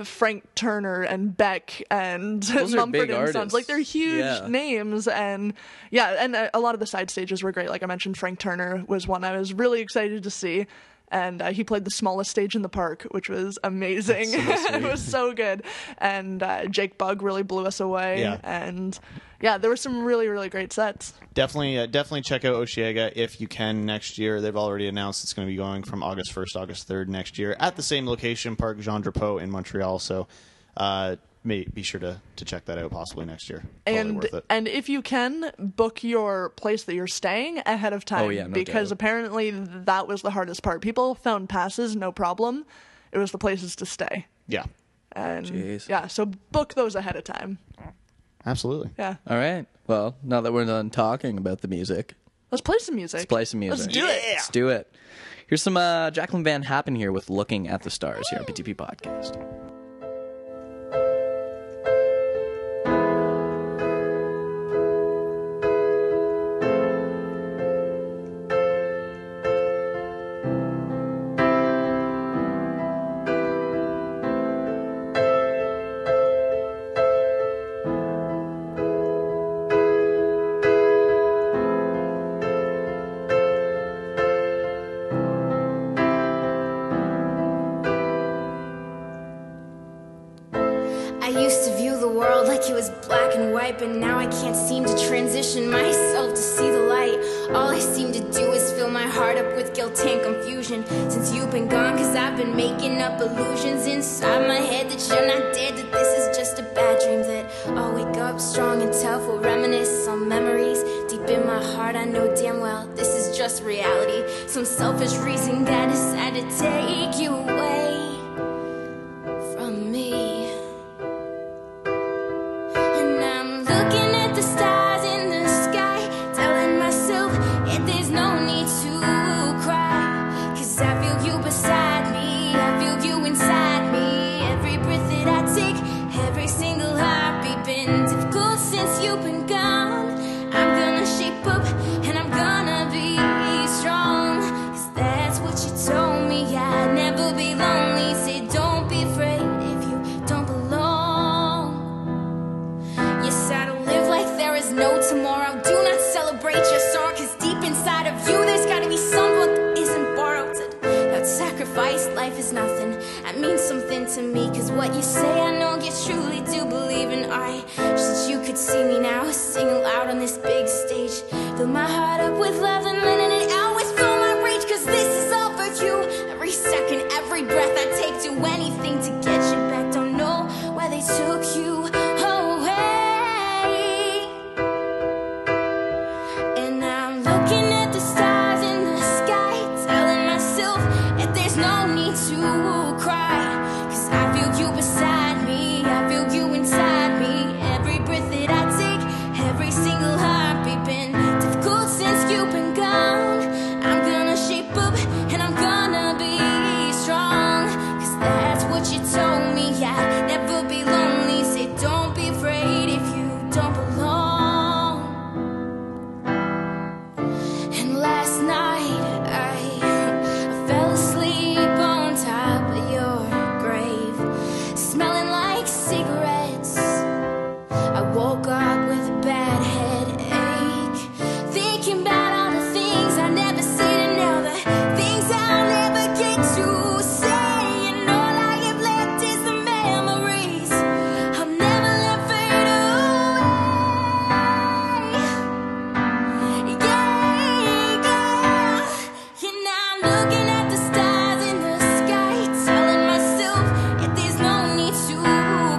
[SPEAKER 3] Frank Turner and Beck and
[SPEAKER 2] are
[SPEAKER 3] *laughs*
[SPEAKER 2] big
[SPEAKER 3] Mumford and Sons.
[SPEAKER 2] artists.
[SPEAKER 3] Like they're huge
[SPEAKER 2] Yeah.
[SPEAKER 3] names and yeah, and a, a lot of the side stages were great. Like I mentioned Frank Turner was one I was really excited to see. And uh, he played the smallest stage in the park, which was amazing. *laughs* it was so good. And uh, Jake Bug really blew us away
[SPEAKER 4] Yeah.
[SPEAKER 3] and yeah, there were some really really great sets.
[SPEAKER 4] Definitely, uh, definitely check out Oshiega if you can next year. They've already announced it's going to be going from August first, August third next year at the same location, Parc Jean Drapeau in Montreal. So, uh, may, be sure to to check that out possibly next year. Totally
[SPEAKER 3] And
[SPEAKER 4] worth it.
[SPEAKER 3] and if you can book your place that you're staying ahead of time
[SPEAKER 2] Oh, yeah, no
[SPEAKER 3] because
[SPEAKER 2] doubt.
[SPEAKER 3] apparently that was the hardest part. People found passes no problem. It was the places to stay.
[SPEAKER 4] yeah,
[SPEAKER 3] And
[SPEAKER 2] Jeez.
[SPEAKER 3] yeah, so book those ahead of time.
[SPEAKER 4] absolutely.
[SPEAKER 3] Yeah.
[SPEAKER 2] All right. Well, now that we're done talking about the music,
[SPEAKER 3] Let's play some music.
[SPEAKER 2] let's play some music.
[SPEAKER 3] Let's do it.
[SPEAKER 2] Let's do it. Here's some uh, Jacqueline Van Happen here with "Looking at the Stars" here on PTP Podcast.
[SPEAKER 7] I used to view the world like it was black and white, but now I can't seem to transition myself to see the light. All I seem to do is fill my heart up with guilt and confusion. Since you've been gone, cause I've been making up illusions inside my head that you're not dead, that this is just a bad dream. That I'll wake up strong and tough, we'll reminisce on memories. Deep in my heart, I know damn well this is just reality. Some selfish reason that decided to take you away from me. And I'm looking at the stars in the sky, telling myself that there's no need to cry. Cause I feel you beside me, I feel you inside me. Every breath that I take, every single heartbeat been difficult since you've been gone. I'm gonna shape up and I'm gonna be strong. Cause that's what you told me, I'd never be lonely. Say, don't be afraid if you don't belong. Yes, I don't live like there is no tomorrow. Do not celebrate your sorrow, cause deep inside of you, there's gotta be someone that isn't borrowed. That sacrifice, life is nothing. That means something to me, cause what you say, I know you truly do believe in. I since you could see me now, sing aloud on this big stage. Fill my heart up with love and letting it out with fill my rage, cause this is all for you. Every second, every breath I take, do anything to get you back. Don't know where they took you away. no need to cry. Cause I feel you beside me, I feel you inside me. Every breath that I take, every single heart beeping. Difficult since you've been gone. I'm gonna shape up and I'm gonna be strong. Cause that's what you told me. I'd never be lonely. Say, don't be afraid if you don't belong. And last night I I fell asleep on top of your grave, smelling like cigarettes. I woke up with a bad headache, thinking about all the things I never said and all the things I'll never get to say. And all I have left is the memories I'll never let fade away. Yeah, girl. And I'm looking at the stars in the sky, telling myself that there's no need to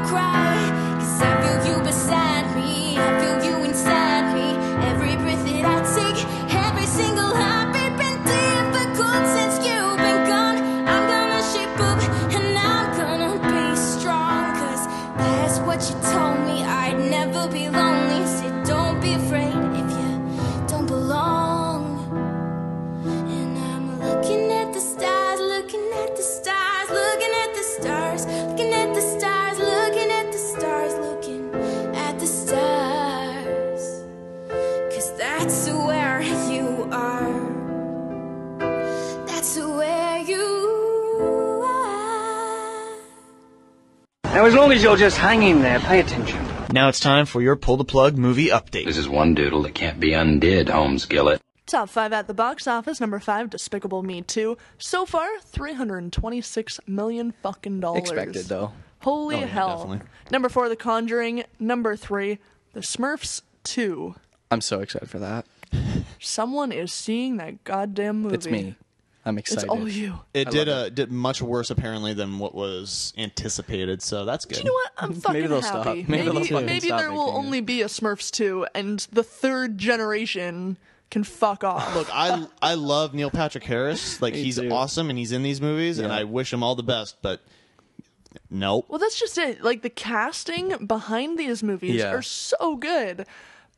[SPEAKER 7] cry. 'Cause I feel you beside me, I feel you inside me. Every breath that I take, every single heartbeat, been difficult since you've been gone. I'm gonna shape up and I'm gonna be strong, 'cause that's what you told me. I'd never be lonely. Said don't be afraid if you don't belong. And I'm looking at the stars, looking at the stars, looking at the stars, looking at the stars, looking at the stars, looking at the stars. Cause that's where you are. That's where you are.
[SPEAKER 8] Now, as long as you're just hanging there, pay attention.
[SPEAKER 4] Now it's time for your pull the plug movie update.
[SPEAKER 9] This is one doodle that can't be undid, Holmes Gillett.
[SPEAKER 3] Top five at the box office. Number five, Despicable Me 2. So far, 326 million fucking dollars.
[SPEAKER 2] Expected though. Oh,
[SPEAKER 3] Holy
[SPEAKER 4] yeah,
[SPEAKER 3] hell.
[SPEAKER 4] definitely.
[SPEAKER 3] Number four, The Conjuring. Number three, The Smurfs 2.
[SPEAKER 2] I'm so excited for that.
[SPEAKER 3] Someone is seeing that goddamn movie.
[SPEAKER 2] It's me. I'm
[SPEAKER 3] It's
[SPEAKER 2] excited.
[SPEAKER 3] all you.
[SPEAKER 4] It
[SPEAKER 2] I
[SPEAKER 4] did
[SPEAKER 2] love
[SPEAKER 4] uh, did much worse apparently than what was anticipated, so that's good.
[SPEAKER 3] You know what? I'm fucking
[SPEAKER 2] they'll
[SPEAKER 3] happy.
[SPEAKER 2] stop. Maybe
[SPEAKER 3] Maybe,
[SPEAKER 2] they'll fucking
[SPEAKER 3] maybe
[SPEAKER 2] stop
[SPEAKER 3] there will
[SPEAKER 2] making it.
[SPEAKER 3] only be a Smurfs 2, and the third generation can fuck off.
[SPEAKER 4] Look, I I love Neil Patrick
[SPEAKER 2] *laughs*
[SPEAKER 4] Harris. Like
[SPEAKER 2] Me
[SPEAKER 4] he's
[SPEAKER 2] too.
[SPEAKER 4] awesome and he's in these movies, and
[SPEAKER 2] Yeah.
[SPEAKER 4] I wish him all the best. But nope.
[SPEAKER 3] Well, that's just it. Like the casting behind these movies
[SPEAKER 2] Yeah.
[SPEAKER 3] are so good,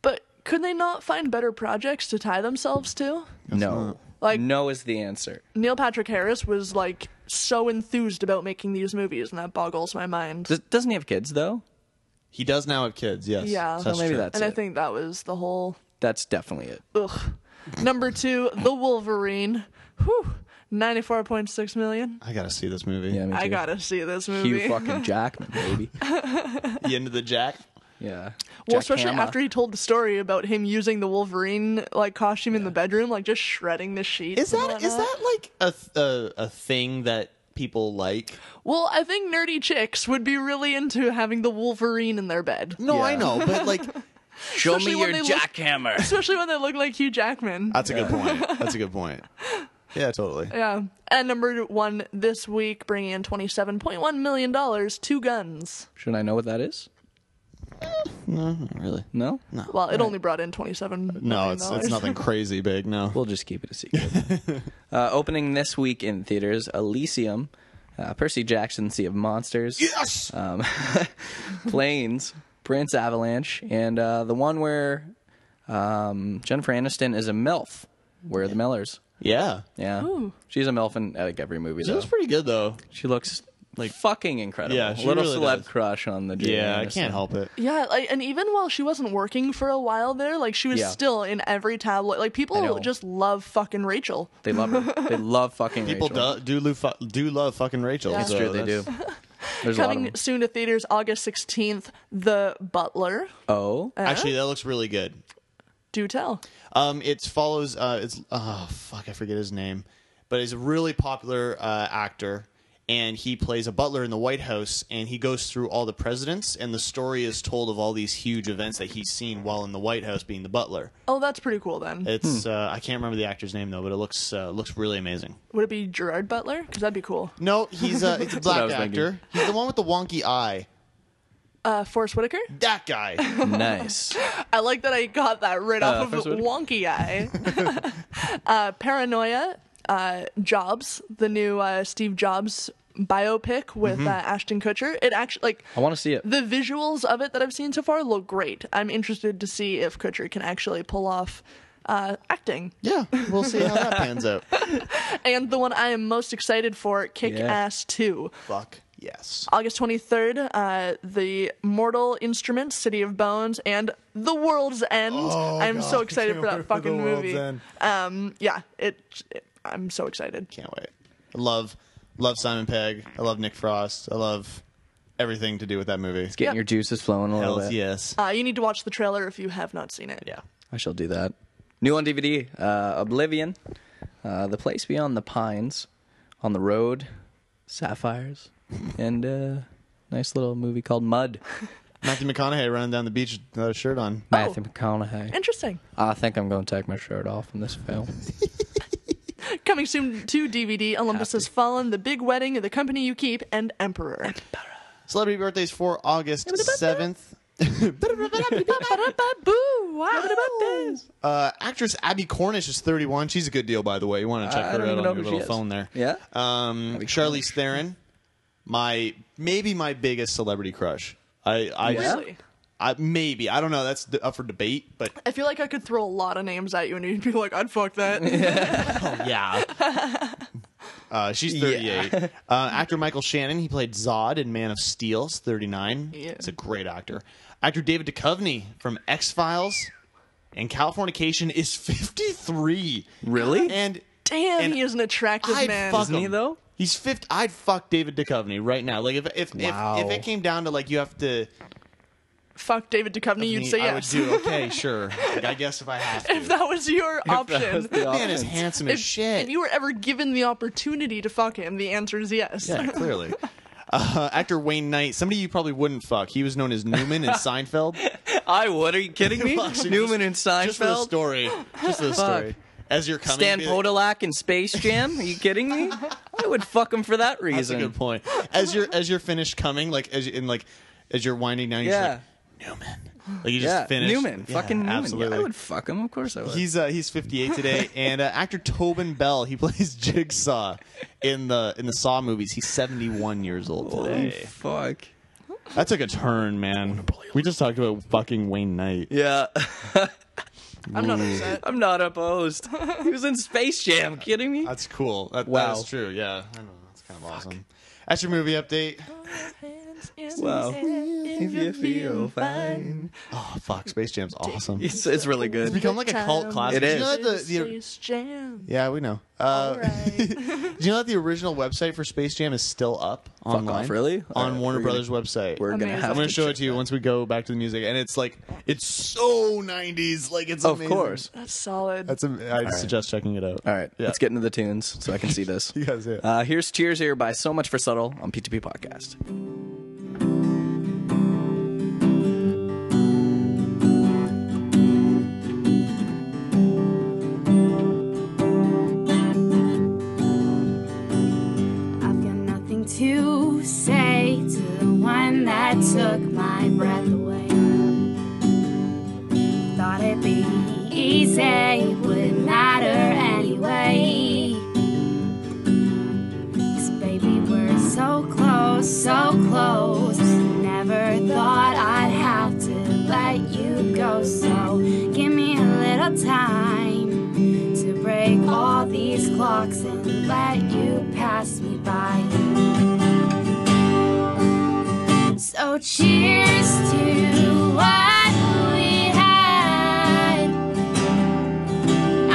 [SPEAKER 3] but could they not find better projects to tie themselves to?
[SPEAKER 2] No.
[SPEAKER 3] Like-
[SPEAKER 2] no is the answer.
[SPEAKER 3] Neil Patrick Harris was like so enthused about making these movies, and that boggles my mind.
[SPEAKER 2] Does, doesn't he have kids though?
[SPEAKER 4] He does now have kids. Yes.
[SPEAKER 3] Yeah. So
[SPEAKER 4] That's
[SPEAKER 2] maybe
[SPEAKER 4] true.
[SPEAKER 2] that's
[SPEAKER 3] and I
[SPEAKER 2] it.
[SPEAKER 3] think that was the whole
[SPEAKER 2] That's definitely it.
[SPEAKER 3] ugh. Number two, The Wolverine. Whew. 94.6 million.
[SPEAKER 4] I gotta see this movie.
[SPEAKER 2] Yeah, me
[SPEAKER 3] I
[SPEAKER 2] too.
[SPEAKER 3] gotta see this movie. *laughs*
[SPEAKER 2] Hugh fucking Jackman, baby.
[SPEAKER 4] the end of the Jack.
[SPEAKER 2] Yeah.
[SPEAKER 3] Well,
[SPEAKER 2] Jack
[SPEAKER 3] especially
[SPEAKER 2] Hama.
[SPEAKER 3] after he told the story about him using the Wolverine like costume in the bedroom, like just shredding the sheets.
[SPEAKER 4] Is
[SPEAKER 3] and
[SPEAKER 4] that is
[SPEAKER 3] whatnot.
[SPEAKER 4] that like a th- a, a thing that people like?
[SPEAKER 3] Well, I think nerdy chicks would be really into having the Wolverine in their bed,
[SPEAKER 4] No, I know,
[SPEAKER 3] *laughs*
[SPEAKER 4] but like
[SPEAKER 2] Show
[SPEAKER 3] especially
[SPEAKER 2] me
[SPEAKER 3] when
[SPEAKER 2] your
[SPEAKER 3] they look- *laughs*
[SPEAKER 2] jackhammer.
[SPEAKER 3] especially when they look like Hugh Jackman.
[SPEAKER 4] that's a
[SPEAKER 2] *laughs*
[SPEAKER 4] good
[SPEAKER 3] *laughs*
[SPEAKER 4] point. That's a good point. Yeah, totally.
[SPEAKER 3] yeah. And number one this week, bringing in twenty-seven point one million dollars, Two Guns.
[SPEAKER 2] Should I know what that is?
[SPEAKER 4] Really?
[SPEAKER 2] No?
[SPEAKER 3] Well, it only brought in twenty-seven.
[SPEAKER 4] Oh, No, it's it's
[SPEAKER 3] *laughs*
[SPEAKER 4] nothing crazy big. No.
[SPEAKER 2] We'll just keep it a
[SPEAKER 4] *laughs*
[SPEAKER 2] secret. uh, opening this week in theaters, Elysium, uh, Percy Jackson, Sea of Monsters. Yes! Um, *laughs* Planes, Prince Avalanche, and uh, the one where um, Jennifer Aniston is a MILF. Where are the Millers?
[SPEAKER 4] Yeah.
[SPEAKER 2] Yeah. She's a MILF in like every movie,
[SPEAKER 4] It
[SPEAKER 2] though.
[SPEAKER 4] was pretty good though.
[SPEAKER 2] she looks like fucking incredible.
[SPEAKER 4] Yeah, she
[SPEAKER 2] Little
[SPEAKER 4] really
[SPEAKER 2] celeb
[SPEAKER 4] does.
[SPEAKER 2] crush on the Jennifer
[SPEAKER 4] Yeah, I
[SPEAKER 2] Aniston.
[SPEAKER 4] can't help it.
[SPEAKER 3] Yeah, like, and even while she wasn't working for a while there, like she was
[SPEAKER 2] Yeah.
[SPEAKER 3] still in every tabloid. Like
[SPEAKER 2] I know.
[SPEAKER 3] people just love fucking Rachel.
[SPEAKER 2] They love her. They love fucking
[SPEAKER 4] People
[SPEAKER 2] Rachel.
[SPEAKER 4] do do, lo- fu- do love fucking Rachel.
[SPEAKER 2] It's
[SPEAKER 4] so
[SPEAKER 2] true, they do.
[SPEAKER 4] that's-
[SPEAKER 3] *laughs*
[SPEAKER 2] There's a lot
[SPEAKER 3] Coming
[SPEAKER 2] of them.
[SPEAKER 3] soon to theaters August 16th, The Butler.
[SPEAKER 2] Oh,
[SPEAKER 4] Actually, that looks really good.
[SPEAKER 3] Uh? Do tell.
[SPEAKER 4] Um, it follows. Uh, it's oh fuck, I forget his name, but he's a really popular uh, actor, and he plays a butler in the White House, and he goes through all the presidents, and the story is told of all these huge events that he's seen while in the White House being the butler.
[SPEAKER 3] Oh, that's pretty cool then.
[SPEAKER 4] It's uh, I can't remember the actor's name though, but it looks uh, looks really amazing.
[SPEAKER 3] Would it be Gerard Butler? Because that'd be cool.
[SPEAKER 4] No,
[SPEAKER 3] *laughs*
[SPEAKER 2] *laughs*
[SPEAKER 4] he's uh, it's a
[SPEAKER 2] I
[SPEAKER 4] black
[SPEAKER 2] was thinking.
[SPEAKER 4] actor. He's the one with the wonky eye.
[SPEAKER 3] Uh, Forrest Whitaker?
[SPEAKER 4] That *laughs* guy.
[SPEAKER 2] nice.
[SPEAKER 3] I like that I got that right
[SPEAKER 2] Uh,
[SPEAKER 3] off of
[SPEAKER 2] Forrest Whitaker.
[SPEAKER 3] *laughs*
[SPEAKER 2] *laughs*
[SPEAKER 3] Wonky Eye. uh, Paranoia, uh, Jobs, the new uh, Steve Jobs biopic with
[SPEAKER 4] Mm-hmm.
[SPEAKER 3] uh, Ashton Kutcher. It actually like
[SPEAKER 2] I want to see it.
[SPEAKER 3] the visuals of it that I've seen so far look great. I'm interested to see if Kutcher can actually pull off uh, acting.
[SPEAKER 4] Yeah, we'll see
[SPEAKER 3] *laughs*
[SPEAKER 4] how that pans *laughs* out.
[SPEAKER 3] And the one I am most excited for, Kick
[SPEAKER 2] Yeah.
[SPEAKER 3] Ass 2.
[SPEAKER 4] Fuck yes.
[SPEAKER 3] August 23rd, uh, the Mortal Instruments, City of Bones, and The World's End.
[SPEAKER 4] Oh,
[SPEAKER 3] I'm so excited for
[SPEAKER 4] *laughs*
[SPEAKER 3] that fucking movie. Um, yeah, it, it- I'm so excited.
[SPEAKER 4] Can't wait. I love love Simon Pegg. I love Nick Frost. I love everything to do with that movie.
[SPEAKER 2] Getting
[SPEAKER 3] Yep.
[SPEAKER 2] your juices flowing a little
[SPEAKER 4] Hells
[SPEAKER 2] bit.
[SPEAKER 4] yes.
[SPEAKER 3] Uh, you need to watch the trailer if you have not seen it.
[SPEAKER 4] Yeah.
[SPEAKER 2] I shall do that. New on DVD, uh, Oblivion, uh, The Place Beyond the Pines, On the Road,
[SPEAKER 4] *laughs*
[SPEAKER 2] Sapphires, and uh, nice little movie called Mud.
[SPEAKER 4] Matthew McConaughey running down the beach without a shirt on.
[SPEAKER 2] Matthew McConaughey.
[SPEAKER 3] Interesting.
[SPEAKER 2] I think I'm going to take my shirt off in this
[SPEAKER 4] *laughs*
[SPEAKER 2] film.
[SPEAKER 3] Coming soon to DVD, Olympus Has Fallen, The Big Wedding, The Company You Keep, and Emperor.
[SPEAKER 4] Celebrity birthdays for August seventh.
[SPEAKER 3] Boo! Wow.
[SPEAKER 4] Uh, actress Abby Cornish is 31. She's a good deal, by the way. You want to check
[SPEAKER 2] I
[SPEAKER 4] her
[SPEAKER 2] don't
[SPEAKER 4] out
[SPEAKER 2] even
[SPEAKER 4] on
[SPEAKER 2] know
[SPEAKER 4] your
[SPEAKER 2] who she
[SPEAKER 4] little
[SPEAKER 2] is.
[SPEAKER 4] phone there.
[SPEAKER 2] Yeah?
[SPEAKER 4] Um, Charlize Theron, my maybe my biggest celebrity crush. I, I,
[SPEAKER 3] Really?
[SPEAKER 4] I maybe I don't know. That's d- up for debate, but
[SPEAKER 3] I feel like I could throw a lot of names at you and you'd be like, I'd fuck that.
[SPEAKER 2] *laughs*
[SPEAKER 4] yeah. Uh, she's 38. Uh, actor Michael Shannon, he played Zod in Man of Steel, is 39.
[SPEAKER 3] Yeah.
[SPEAKER 4] He's a great actor. Actor David Duchovny from X Files and Californication is 53.
[SPEAKER 2] Really?
[SPEAKER 4] And
[SPEAKER 3] Damn,
[SPEAKER 4] And
[SPEAKER 3] he is an attractive
[SPEAKER 4] I'd
[SPEAKER 3] man.
[SPEAKER 4] fuck
[SPEAKER 2] Isn't he,
[SPEAKER 4] him.
[SPEAKER 2] though?
[SPEAKER 4] He's 50. I'd fuck David Duchovny right now. Like, if, if,
[SPEAKER 2] Wow.
[SPEAKER 4] if, if it came down to, like, you have to.
[SPEAKER 3] fuck David Duchovny, you'd
[SPEAKER 4] me,
[SPEAKER 3] say
[SPEAKER 4] I
[SPEAKER 3] yes.
[SPEAKER 4] would
[SPEAKER 3] *laughs*
[SPEAKER 4] do, okay, sure. Like, I guess if I
[SPEAKER 2] *laughs*
[SPEAKER 4] have to.
[SPEAKER 3] if that was your option.
[SPEAKER 2] was the
[SPEAKER 4] man is
[SPEAKER 2] option.
[SPEAKER 4] handsome
[SPEAKER 3] if,
[SPEAKER 4] as shit.
[SPEAKER 3] if you were ever given the opportunity to fuck him, the answer is yes. *laughs*
[SPEAKER 4] Yeah, clearly. Uh, actor Wayne Knight, somebody you probably wouldn't fuck. He was known as Newman in Seinfeld.
[SPEAKER 2] *laughs* I would. Are you
[SPEAKER 4] *laughs*
[SPEAKER 2] kidding me?
[SPEAKER 4] Fuck, dude,
[SPEAKER 2] Newman and
[SPEAKER 4] just- Just for the
[SPEAKER 2] Seinfeld.
[SPEAKER 4] story. Just for the story. As you're coming.
[SPEAKER 2] Stan
[SPEAKER 4] be like-
[SPEAKER 2] Podolak in Space Jam. Are you kidding me? I would fuck him for that reason.
[SPEAKER 4] That's a good point. As you're as you're finished coming, like as you- in like as you're winding down, you're
[SPEAKER 2] Yeah.
[SPEAKER 4] just like Newman. Like you just
[SPEAKER 2] Yeah.
[SPEAKER 4] finished.
[SPEAKER 2] Newman.
[SPEAKER 4] Yeah,
[SPEAKER 2] fucking Newman.
[SPEAKER 4] Absolutely.
[SPEAKER 2] Yeah, I would fuck him. Of course I would.
[SPEAKER 4] He's uh, he's 58
[SPEAKER 2] *laughs*
[SPEAKER 4] today, and uh, actor Tobin Bell, he *laughs* plays Jigsaw in the in the Saw movies. He's 71 years old
[SPEAKER 2] Holy
[SPEAKER 4] today.
[SPEAKER 2] fuck.
[SPEAKER 4] That took a turn, man. We just talked about fucking Wayne Knight.
[SPEAKER 2] Yeah.
[SPEAKER 3] I'm not upset.
[SPEAKER 2] *laughs* I'm not opposed. He was in Space Jam. Kidding me?
[SPEAKER 4] That's cool. That,
[SPEAKER 2] Wow.
[SPEAKER 4] that is true. Yeah, I don't know. That's kind of awesome. That's your movie update.
[SPEAKER 2] Wow. If you feel fine.
[SPEAKER 4] Oh fuck, Space Jam's awesome. It's
[SPEAKER 2] It's, it's really good.
[SPEAKER 4] become like a cult classic.
[SPEAKER 2] It
[SPEAKER 4] Do you know
[SPEAKER 2] is.
[SPEAKER 4] that the- the-
[SPEAKER 3] Space Jam.
[SPEAKER 4] yeah, we know. Uh, *laughs* do you know that the original website for Space Jam is still up online?
[SPEAKER 2] off, really?
[SPEAKER 4] On
[SPEAKER 2] Alright,
[SPEAKER 4] Warner
[SPEAKER 2] we're
[SPEAKER 4] Brothers website.
[SPEAKER 2] We're gonna
[SPEAKER 3] Amazing.
[SPEAKER 2] have
[SPEAKER 4] I'm gonna
[SPEAKER 2] to
[SPEAKER 4] show it
[SPEAKER 2] check
[SPEAKER 4] to you
[SPEAKER 2] that.
[SPEAKER 4] once we go back to the music, and it's like it's so 90s. Like it's
[SPEAKER 2] Of
[SPEAKER 4] amazing.
[SPEAKER 2] course.
[SPEAKER 3] That's solid.
[SPEAKER 4] That's am- I suggest checking it out.
[SPEAKER 2] All right,
[SPEAKER 4] Yeah.
[SPEAKER 2] let's get into the tunes so I can see *laughs* this.
[SPEAKER 4] You guys, yeah.
[SPEAKER 2] Uh, here's Cheers Here by So Much for Subtle on P2P Podcast.
[SPEAKER 10] I've got nothing to say to the one that took my breath away. Thought it'd be easy, it wouldn't matter anyway. 'Cause baby, we're so close, so close. Never thought I'd have to let you go, so give me a little time to break all these clocks and let you pass me by. So cheers to what we had.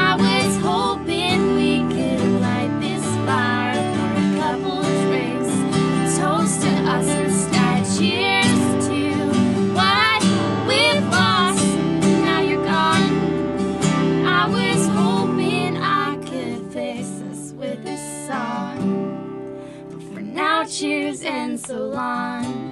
[SPEAKER 10] I was hoping we could light this fire for a couple drinks, a toast to us instead. Cheers to what we've lost. Now you're gone. I was hoping I could fix this with this song. But for now, cheers and so long.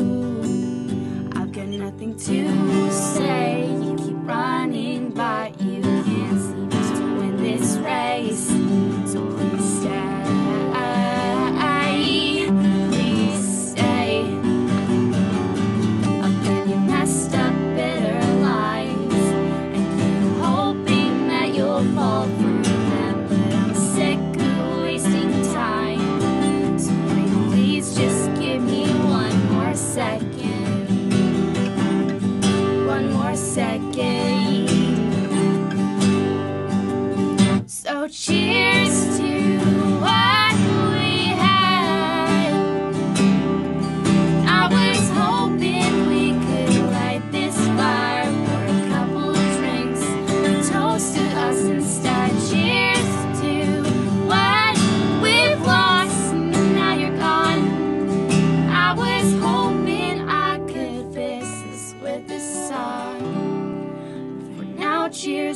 [SPEAKER 10] Ooh. I've got nothing to say. You keep running, but you can't seem to win this race. So please stay, please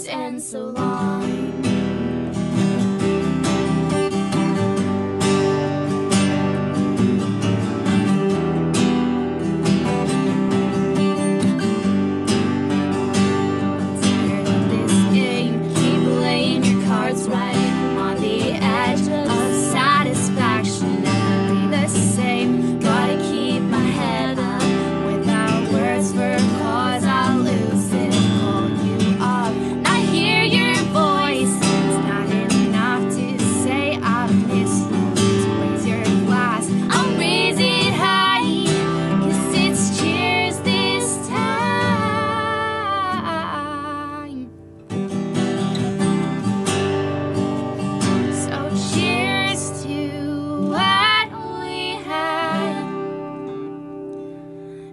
[SPEAKER 10] been so long. tired of this game. Keep playing your cards right. I'm on the edge of satisfaction. Never be the same. Gotta keep my head up without words for cause. I'll lose it. Call you up. I hear your voice. It's not enough to say I miss you. So raise your glass. I'll raise it high. Cause it's cheers this time. So cheers to what we had.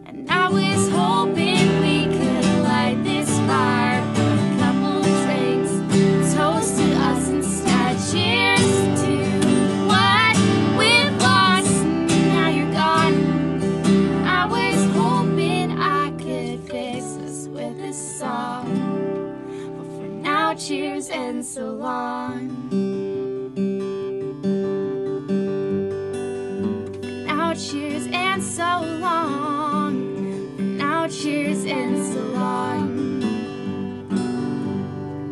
[SPEAKER 10] And I was hoping we could light this fire with a couple drinks. Toast to us instead. Cheers to what we've lost. and Now you're gone. I was hoping I could fix this with a song. But for now, cheers and so long. For now, cheers and so long. For now, cheers and so long.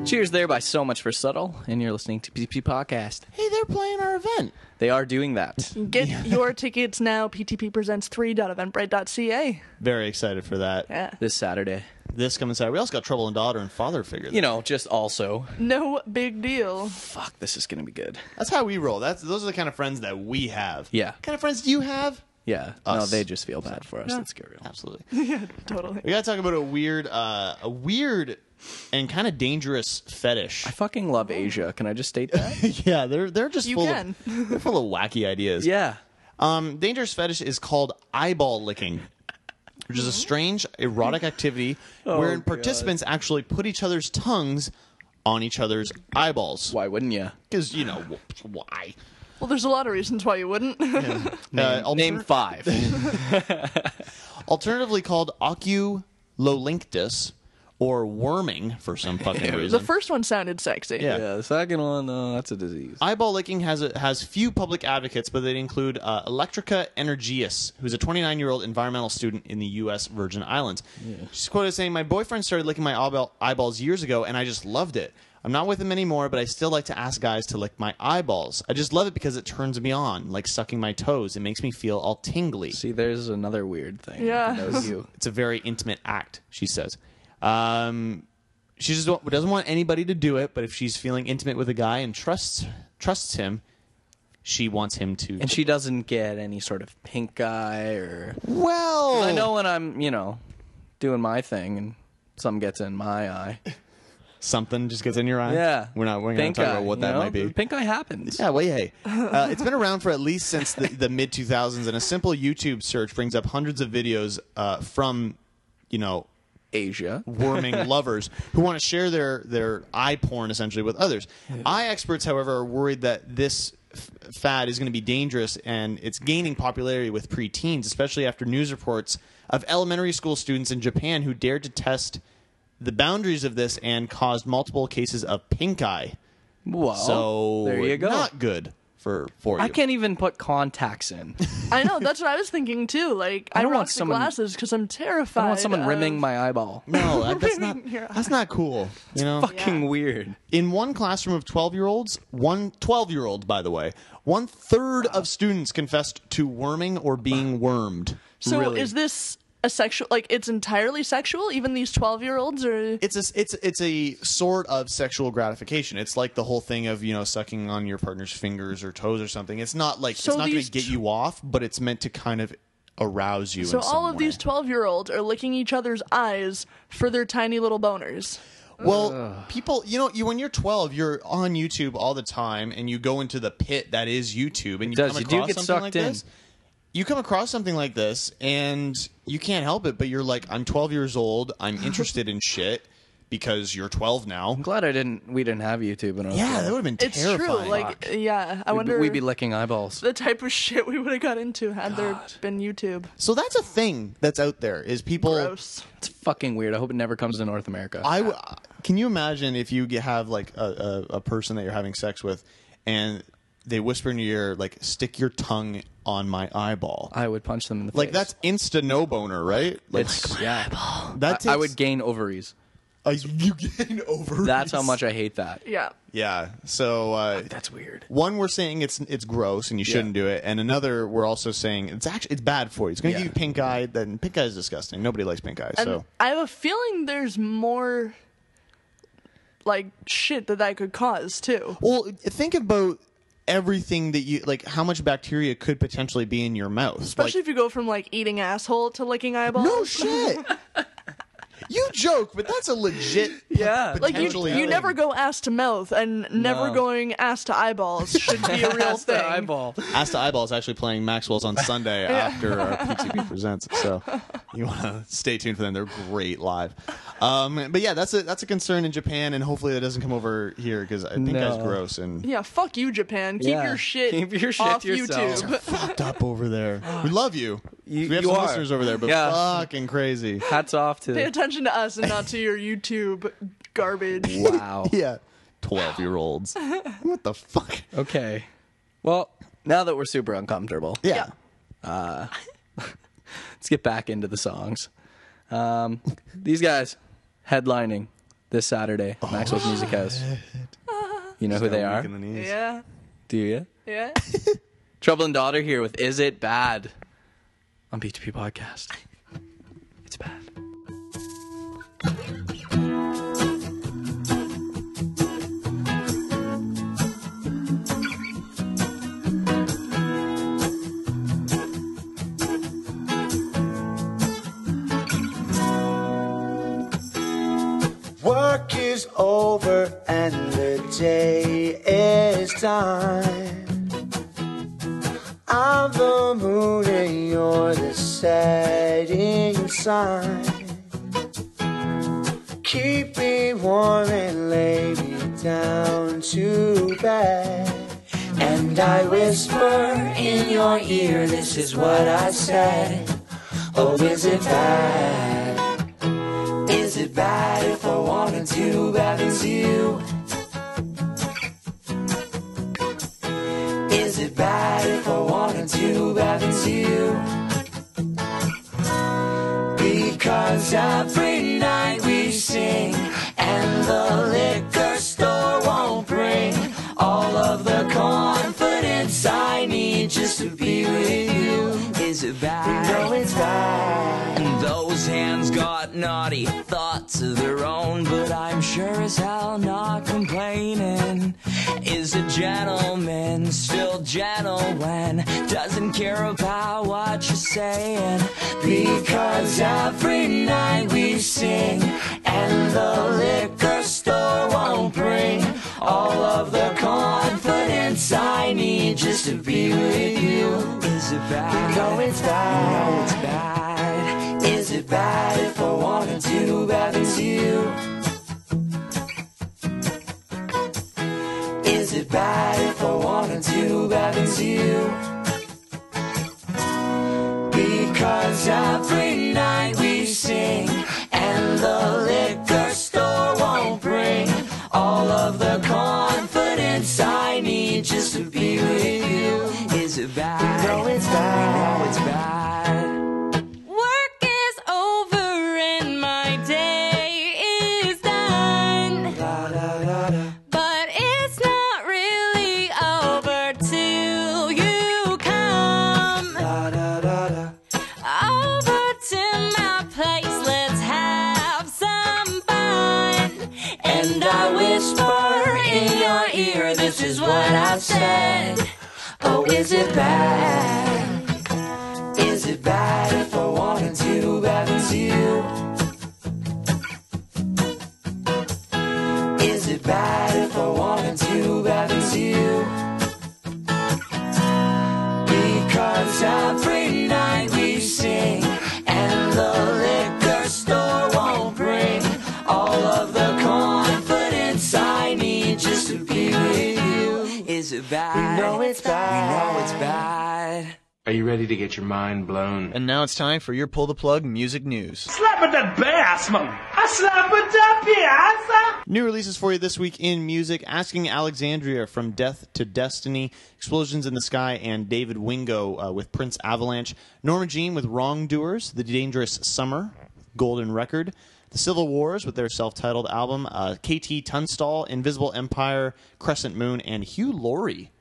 [SPEAKER 2] Cheers there by So Much for Subtle, and you're listening to PTP Podcast.
[SPEAKER 4] Hey, they're playing our event.
[SPEAKER 2] They are doing
[SPEAKER 4] *laughs*
[SPEAKER 2] that.
[SPEAKER 3] Get your tickets now. PTP presents 3.eventbrite.ca.
[SPEAKER 4] Very excited for that.
[SPEAKER 3] Yeah.
[SPEAKER 2] This Saturday.
[SPEAKER 4] This coming Saturday. We also got Trouble and Daughter and Father Figure.
[SPEAKER 2] You know, just also.
[SPEAKER 3] No big deal.
[SPEAKER 2] Fuck, this is going to be good.
[SPEAKER 4] that's how we roll. That's those are the kind of friends that we have.
[SPEAKER 2] Yeah.
[SPEAKER 4] What kind of friends do
[SPEAKER 3] *laughs*
[SPEAKER 4] you have?
[SPEAKER 2] Yeah. No,
[SPEAKER 4] Us.
[SPEAKER 2] they just feel bad for us. Let's get real.
[SPEAKER 4] Absolutely.
[SPEAKER 3] Totally.
[SPEAKER 4] We gotta talk about a weird, uh, a weird and kind of dangerous fetish.
[SPEAKER 2] I fucking love Asia. Can I just state that?
[SPEAKER 4] *laughs* yeah, they're they're just
[SPEAKER 3] You
[SPEAKER 4] full
[SPEAKER 3] can.
[SPEAKER 4] of *laughs* they're full of wacky ideas.
[SPEAKER 2] yeah.
[SPEAKER 4] Um, dangerous fetish is called eyeball licking, which is a strange
[SPEAKER 2] *laughs*
[SPEAKER 4] erotic activity
[SPEAKER 2] Oh,
[SPEAKER 4] wherein participants actually put each other's tongues on each other's eyeballs.
[SPEAKER 2] Why wouldn't you?
[SPEAKER 4] Because you know wh- why?
[SPEAKER 3] Well, there's a lot of reasons why you wouldn't. *laughs*
[SPEAKER 4] Uh, alter-
[SPEAKER 2] Name five.
[SPEAKER 4] *laughs* Alternatively called oculolinctus or worming for some
[SPEAKER 2] *laughs*
[SPEAKER 4] fucking
[SPEAKER 3] the
[SPEAKER 4] reason.
[SPEAKER 3] first one sounded sexy.
[SPEAKER 4] Yeah.
[SPEAKER 2] yeah. The second one, uh, that's a disease.
[SPEAKER 4] Eyeball licking has a, has few public advocates, but they include uh, Electrica Energius, who's a 29 year old environmental student in the U.S. Virgin Islands. She's quoted as saying, "My boyfriend started licking my eyeball, eyeballs years ago, and I just loved it. I'm not with him anymore, but I still like to ask guys to lick my eyeballs. I just love it because it turns me on, like sucking my toes. It makes me feel all tingly.
[SPEAKER 2] See, there's another weird thing.
[SPEAKER 3] Yeah.
[SPEAKER 2] That knows you.
[SPEAKER 4] *laughs* It's a very intimate act," she says. Um, she just don't- doesn't want anybody to do it, but if she's feeling intimate with a guy and trusts trusts him. She wants him to
[SPEAKER 2] And she doesn't get any sort of pink eye or.
[SPEAKER 4] Well,
[SPEAKER 2] I know when I'm, you know, doing my thing and something gets in my eye.
[SPEAKER 4] *laughs* something just gets in your eye.
[SPEAKER 2] Yeah.
[SPEAKER 4] we're not we're going
[SPEAKER 2] Pink
[SPEAKER 4] to talk
[SPEAKER 2] eye,
[SPEAKER 4] about what
[SPEAKER 2] you
[SPEAKER 4] that
[SPEAKER 2] know?
[SPEAKER 4] might be.
[SPEAKER 2] Pink eye happens.
[SPEAKER 4] Yeah, well, hey, uh, it's been around for at least since the, the mid 2000s, and a simple YouTube search brings up hundreds of videos uh, from, you know,
[SPEAKER 2] Asia.
[SPEAKER 4] worming
[SPEAKER 2] *laughs*
[SPEAKER 4] lovers who want to share their their eye porn essentially with others. Eye experts, however, are worried that this f- fad is going to be dangerous and it's gaining popularity with preteens, especially after news reports of elementary school students in Japan who dared to test the boundaries of this and caused multiple cases of pink eye.
[SPEAKER 2] Well,
[SPEAKER 4] So
[SPEAKER 2] there you go.
[SPEAKER 4] Not good for for you.
[SPEAKER 2] I can't even put contacts in.
[SPEAKER 3] I know. That's what I was thinking too. Like, I,
[SPEAKER 2] don't
[SPEAKER 3] rock
[SPEAKER 2] want
[SPEAKER 3] the
[SPEAKER 2] someone-
[SPEAKER 3] glasses because I'm terrified. uh,
[SPEAKER 2] I want someone
[SPEAKER 3] of-
[SPEAKER 2] rimming my eyeball.
[SPEAKER 4] No, that- that's not.
[SPEAKER 3] Your eye.
[SPEAKER 4] That's not cool. You know,
[SPEAKER 2] Fucking weird.
[SPEAKER 4] In one classroom of 12 year olds, one 12 year old, by the way, one third of students confessed to worming or being wormed.
[SPEAKER 3] So
[SPEAKER 2] really.
[SPEAKER 3] is this a sexual? Like, it's entirely sexual. Even these twelve-year-olds are.
[SPEAKER 4] It's a, it's it's a sort of sexual gratification. It's like the whole thing of you know sucking on your partner's fingers or toes or something. It's not like
[SPEAKER 3] So
[SPEAKER 4] it's not going
[SPEAKER 3] these
[SPEAKER 4] to get you off, but it's meant to kind of arouse you.
[SPEAKER 3] So
[SPEAKER 4] in
[SPEAKER 3] all
[SPEAKER 4] some
[SPEAKER 3] of these
[SPEAKER 4] way.
[SPEAKER 3] twelve-year-olds are licking each other's eyes for their tiny little boners.
[SPEAKER 4] Well, people, you know, you when you're 12, you're on YouTube all the time, and you go into the pit that is YouTube, and you
[SPEAKER 2] does.
[SPEAKER 4] come
[SPEAKER 2] You do
[SPEAKER 4] across
[SPEAKER 2] get
[SPEAKER 4] something
[SPEAKER 2] sucked
[SPEAKER 4] like
[SPEAKER 2] in.
[SPEAKER 4] this. You come across something like this, and you can't help it, but you're like, I'm 12 years old, I'm interested in shit. because you're 12 now.
[SPEAKER 2] I'm glad I didn't. We didn't have YouTube. When I was
[SPEAKER 4] Yeah,
[SPEAKER 2] little.
[SPEAKER 4] that would have been
[SPEAKER 3] It's
[SPEAKER 4] terrifying.
[SPEAKER 3] true. Like, yeah. I
[SPEAKER 2] We'd be-
[SPEAKER 3] wonder
[SPEAKER 2] We'd be licking eyeballs.
[SPEAKER 3] the type of *laughs* shit we would have got into had there been YouTube.
[SPEAKER 4] so that's a thing that's out there is people.
[SPEAKER 3] Gross.
[SPEAKER 2] It's fucking weird. I hope it never comes to North America.
[SPEAKER 4] I w- can you imagine if you get- have like a, a, a person that you're having sex with, and they whisper in your ear like, "Stick your tongue on my eyeball."
[SPEAKER 2] I would punch them in the
[SPEAKER 4] like
[SPEAKER 2] face.
[SPEAKER 4] that's insta no boner, right? Like
[SPEAKER 2] It's- yeah.
[SPEAKER 4] that.
[SPEAKER 2] I, I would gain ovaries.
[SPEAKER 4] Uh, you *laughs* getting over.
[SPEAKER 2] That's how
[SPEAKER 4] this?
[SPEAKER 2] much I hate that.
[SPEAKER 3] Yeah.
[SPEAKER 4] Yeah. So uh,
[SPEAKER 2] That's weird.
[SPEAKER 4] one, we're saying it's it's gross and you shouldn't do it, and another, we're also saying it's actually it's bad for you. It's going to
[SPEAKER 2] Yeah.
[SPEAKER 4] give you pink eye. Then pink eye is disgusting. Nobody likes pink eye.
[SPEAKER 3] And
[SPEAKER 4] So
[SPEAKER 3] I have a feeling there's more like shit that that could cause too.
[SPEAKER 4] well, think about everything that you like. How much bacteria could potentially be in your mouth?
[SPEAKER 3] Especially if
[SPEAKER 4] Like-
[SPEAKER 3] you go from like eating asshole to licking eyeballs. *laughs*
[SPEAKER 4] no shit. you joke, but that's a legit.
[SPEAKER 2] Yeah.
[SPEAKER 3] Like you,
[SPEAKER 4] Potentially
[SPEAKER 3] you
[SPEAKER 4] having-
[SPEAKER 3] never go ass to mouth, and never
[SPEAKER 2] No.
[SPEAKER 3] going ass to eyeballs should be a real
[SPEAKER 2] *laughs* That's
[SPEAKER 3] thing.
[SPEAKER 2] the eyeball.
[SPEAKER 4] Ask the eyeball is actually playing Maxwell's on *laughs* Sunday after our PTP presents. So you want to stay tuned for them. They're great live. Um, but yeah, that's a that's a concern in Japan, and hopefully that doesn't come over here because I think that's
[SPEAKER 2] No.
[SPEAKER 4] gross and *laughs*
[SPEAKER 3] Yeah, fuck you, Japan. Keep
[SPEAKER 2] Yeah.
[SPEAKER 3] your shit.
[SPEAKER 2] Keep your shit
[SPEAKER 3] off
[SPEAKER 2] to yourself.
[SPEAKER 3] YouTube.
[SPEAKER 2] *laughs*
[SPEAKER 4] fucked up over there. We love you.
[SPEAKER 2] You-
[SPEAKER 4] we have
[SPEAKER 2] you
[SPEAKER 4] some
[SPEAKER 2] are.
[SPEAKER 4] listeners over there, but
[SPEAKER 2] Yeah.
[SPEAKER 4] fucking crazy.
[SPEAKER 2] Hats off
[SPEAKER 3] Pay
[SPEAKER 2] to.
[SPEAKER 3] attention to us and not to your YouTube garbage.
[SPEAKER 2] *laughs*
[SPEAKER 3] *laughs*
[SPEAKER 2] Wow.
[SPEAKER 4] *laughs* Yeah, twelve year olds. what the fuck?
[SPEAKER 2] Okay. Well, now that we're super uncomfortable, Uh,
[SPEAKER 4] Yeah.
[SPEAKER 3] Yeah.
[SPEAKER 2] *laughs* let's get back into the songs. Um, these guys headlining this Saturday,
[SPEAKER 4] Oh,
[SPEAKER 2] Maxwell's Music House. You know who they are?
[SPEAKER 4] In the knees.
[SPEAKER 3] Uh-huh. Yeah.
[SPEAKER 2] Do you?
[SPEAKER 3] Yeah.
[SPEAKER 2] Trouble and Daughter here with Is It Bad on B2P Podcast. It's bad.
[SPEAKER 11] Work is over and the day is done. I'm the moon and you're the setting sun. Keep me warm and lay me down to bed. And I whisper in your ear, this is what I said. Oh, is it bad? Is it bad if I wanted to balance you? Is it bad if I wanted to balance you? Because every night we sing, and the liquor store won't bring all of the confidence I need just to be with you. Is it bad? We know it's bad. And those hands got naughty thoughts of their own, but I'm sure as hell not complaining. Is a gentleman still gentle when doesn't care about what you're saying? Because every night we sing, and the liquor store won't bring all of the confidence I need just to be with you. Is it bad? No, it's bad. No, it's bad. Is it bad if I wanted to balance you? Is it bad if I wanted to balance you? Because every night we sing, and the liquor store won't bring all of the confidence I need just to be with you. Is it bad? No, it's bad. We know it's bad.
[SPEAKER 8] Work is over and my day is done. But it's not really over till you come. Over to my place, let's have some fun. And I whisper in your ear, this is what I said.
[SPEAKER 11] Oh, is it bad? Is it bad if I wanted to balance you? Is it bad if I wanted to balance you? Because every night we sing, and the liquor store won't bring all of the
[SPEAKER 12] Are you ready to get your mind blown?
[SPEAKER 4] And now it's time for your pull the plug music news.
[SPEAKER 8] Slapping that bass, man. I slap it up here.
[SPEAKER 4] New releases for you this week in music Asking Alexandria from Death to Destiny, Explosions in the Sky, and David Wingo uh, with Prince Avalanche, Norma Jean with Wrongdoers, The Dangerous Summer, Golden Record, The Civil Wars with their self titled album, uh, KT Tunstall, Invisible Empire, Crescent Moon, and Hugh Laurie.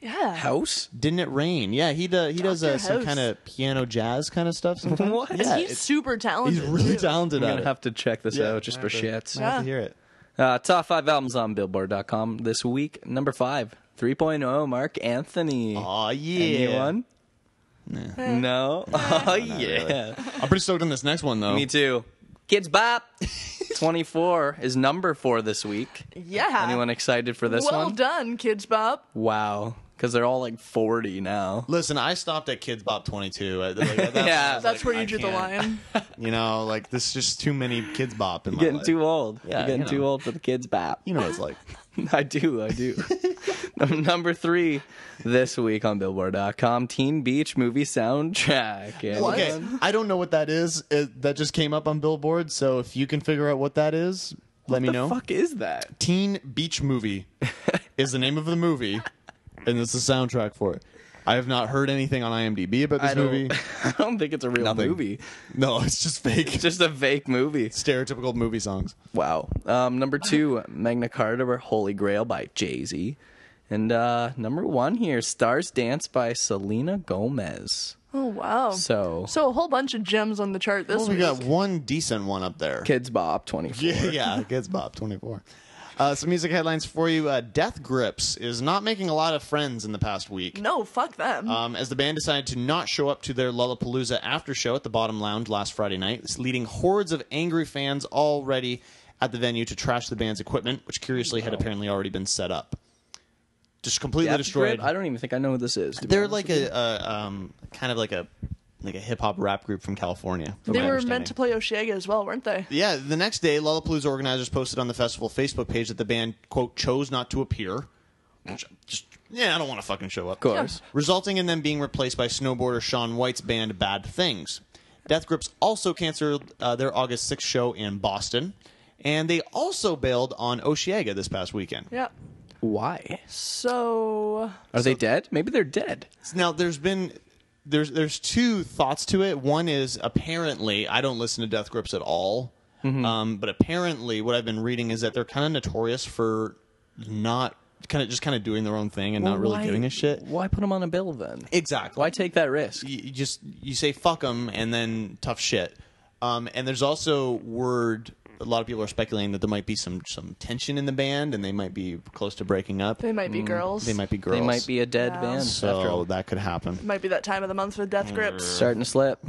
[SPEAKER 3] Yeah.
[SPEAKER 2] House?
[SPEAKER 4] Didn't it rain? Yeah, he do, he does
[SPEAKER 3] Dr.
[SPEAKER 4] uh, some
[SPEAKER 3] House.
[SPEAKER 4] kind of piano jazz kind of stuff sometimes.
[SPEAKER 2] What?
[SPEAKER 4] Yeah,
[SPEAKER 3] he's
[SPEAKER 4] it's-
[SPEAKER 3] super talented.
[SPEAKER 4] he's really
[SPEAKER 3] too.
[SPEAKER 4] talented
[SPEAKER 2] I'm
[SPEAKER 4] at
[SPEAKER 2] gonna
[SPEAKER 4] it.
[SPEAKER 2] have to check this
[SPEAKER 4] Yeah,
[SPEAKER 2] out just for shits.
[SPEAKER 4] I'll have to hear it.
[SPEAKER 2] Uh, top five albums on Billboard.com this week. Number five, 3.0, Mark Anthony.
[SPEAKER 4] Aw, yeah.
[SPEAKER 2] Anyone? No. Oh yeah.
[SPEAKER 4] I'm pretty stoked on this next one though.
[SPEAKER 2] Me too. Kids
[SPEAKER 4] *laughs*
[SPEAKER 2] Bop. 24 is number four this week.
[SPEAKER 3] Yeah.
[SPEAKER 2] Anyone excited for this
[SPEAKER 3] well
[SPEAKER 2] one?
[SPEAKER 3] done, Kids Bop.
[SPEAKER 2] Wow. Because they're all like 40 now.
[SPEAKER 4] Listen, I stopped at Kids Bop
[SPEAKER 2] *laughs*
[SPEAKER 4] 22. I- like,
[SPEAKER 2] Yeah.
[SPEAKER 4] that's, I was
[SPEAKER 3] That's
[SPEAKER 4] like,
[SPEAKER 3] where you
[SPEAKER 4] I
[SPEAKER 3] drew the
[SPEAKER 4] can't.
[SPEAKER 2] *laughs*
[SPEAKER 3] line.
[SPEAKER 4] You know, like this is just too many Kids Bop in my
[SPEAKER 2] You're getting
[SPEAKER 4] life.
[SPEAKER 2] too old.
[SPEAKER 4] Yeah,
[SPEAKER 2] You're getting
[SPEAKER 4] you know.
[SPEAKER 2] too old for the Kids Bop.
[SPEAKER 4] You know what it's like.
[SPEAKER 2] *laughs* I do, I
[SPEAKER 4] *laughs*
[SPEAKER 2] do. Num- Number three this week on Billboard.com Teen Beach movie soundtrack. And
[SPEAKER 3] What?
[SPEAKER 4] Okay, I don't know what that is. It, that just came up on Billboard. So if you can figure out what that is, let me
[SPEAKER 2] the
[SPEAKER 4] know.
[SPEAKER 2] fuck is that?
[SPEAKER 4] Teen
[SPEAKER 2] *laughs*
[SPEAKER 4] Beach Movie is the name of the movie, and it's the soundtrack for it. I have not heard anything on IMDb about this
[SPEAKER 2] I don't,
[SPEAKER 4] movie.
[SPEAKER 2] *laughs* I don't think it's a real
[SPEAKER 4] Nothing.
[SPEAKER 2] movie.
[SPEAKER 4] No, it's just fake.
[SPEAKER 2] Just a fake movie.
[SPEAKER 4] Stereotypical movie songs.
[SPEAKER 2] Wow. Um, number two, Magna Carta or Holy Grail by Jay Z. And uh, number one here, Stars Dance by Selena Gomez.
[SPEAKER 3] Oh wow.
[SPEAKER 2] So,
[SPEAKER 3] So a whole bunch of gems on the chart this
[SPEAKER 4] Well, we
[SPEAKER 3] week.
[SPEAKER 4] got one decent one up there.
[SPEAKER 2] Kids Bop 24.
[SPEAKER 4] Yeah, yeah, Kids Bop 24. Uh, some music headlines for you. Uh, Death Grips is not making a lot of friends in the past week.
[SPEAKER 3] no, fuck
[SPEAKER 2] Mm-hmm.
[SPEAKER 3] them.
[SPEAKER 4] Um, as the band decided to not show up to their Lollapalooza after show at the Bottom Lounge last Friday night, leading hordes of angry fans already at the venue to trash the band's equipment, which curiously had apparently already been set up. Just completely
[SPEAKER 2] Death
[SPEAKER 4] destroyed.
[SPEAKER 2] Grip? I don't even think I know what this is. to be
[SPEAKER 4] They're
[SPEAKER 2] honest
[SPEAKER 4] like
[SPEAKER 2] with you.
[SPEAKER 4] a, a um, kind of like a like a hip hop rap group from California. from
[SPEAKER 3] they
[SPEAKER 4] my
[SPEAKER 3] were
[SPEAKER 4] understanding.
[SPEAKER 3] meant to play Oshiega as well, weren't they?
[SPEAKER 4] Yeah, the next day, Lollapalooza organizers posted on the festival Facebook page that the band, quote, chose not to appear. Which, just, yeah, I don't want to fucking show up. Of
[SPEAKER 2] course.
[SPEAKER 4] Resulting in them being replaced by snowboarder Sean White's band Bad Things. Death Grips also canceled uh, their August 6th show in Boston. And they also bailed on Oshiega this past weekend.
[SPEAKER 3] Yeah.
[SPEAKER 2] Why?
[SPEAKER 3] So
[SPEAKER 2] Are they dead? Maybe they're dead.
[SPEAKER 4] Now, there's been. There's there's two thoughts to it. One is apparently I don't listen to Death Grips at all,
[SPEAKER 2] Mm-hmm.
[SPEAKER 4] um, but apparently what I've been reading is that they're kind of notorious for not kind of just kind of doing their own thing and not really
[SPEAKER 2] Why-
[SPEAKER 4] giving a shit.
[SPEAKER 2] Why put them on a bill then?
[SPEAKER 4] Exactly.
[SPEAKER 2] Why take that risk?
[SPEAKER 4] you, you just you say fuck them and then tough shit. Um, and there's also word. A lot of people are speculating that there might be some some tension in the band and they might be close to breaking up.
[SPEAKER 3] they might be girls.
[SPEAKER 4] They might be girls.
[SPEAKER 2] Mm. They might be a dead
[SPEAKER 3] Yeah.
[SPEAKER 2] band. after
[SPEAKER 4] So
[SPEAKER 2] all. Mm.
[SPEAKER 4] that could happen.
[SPEAKER 3] Might be that time of the month with
[SPEAKER 2] Hmm.
[SPEAKER 3] Death Grips.
[SPEAKER 2] Starting to slip.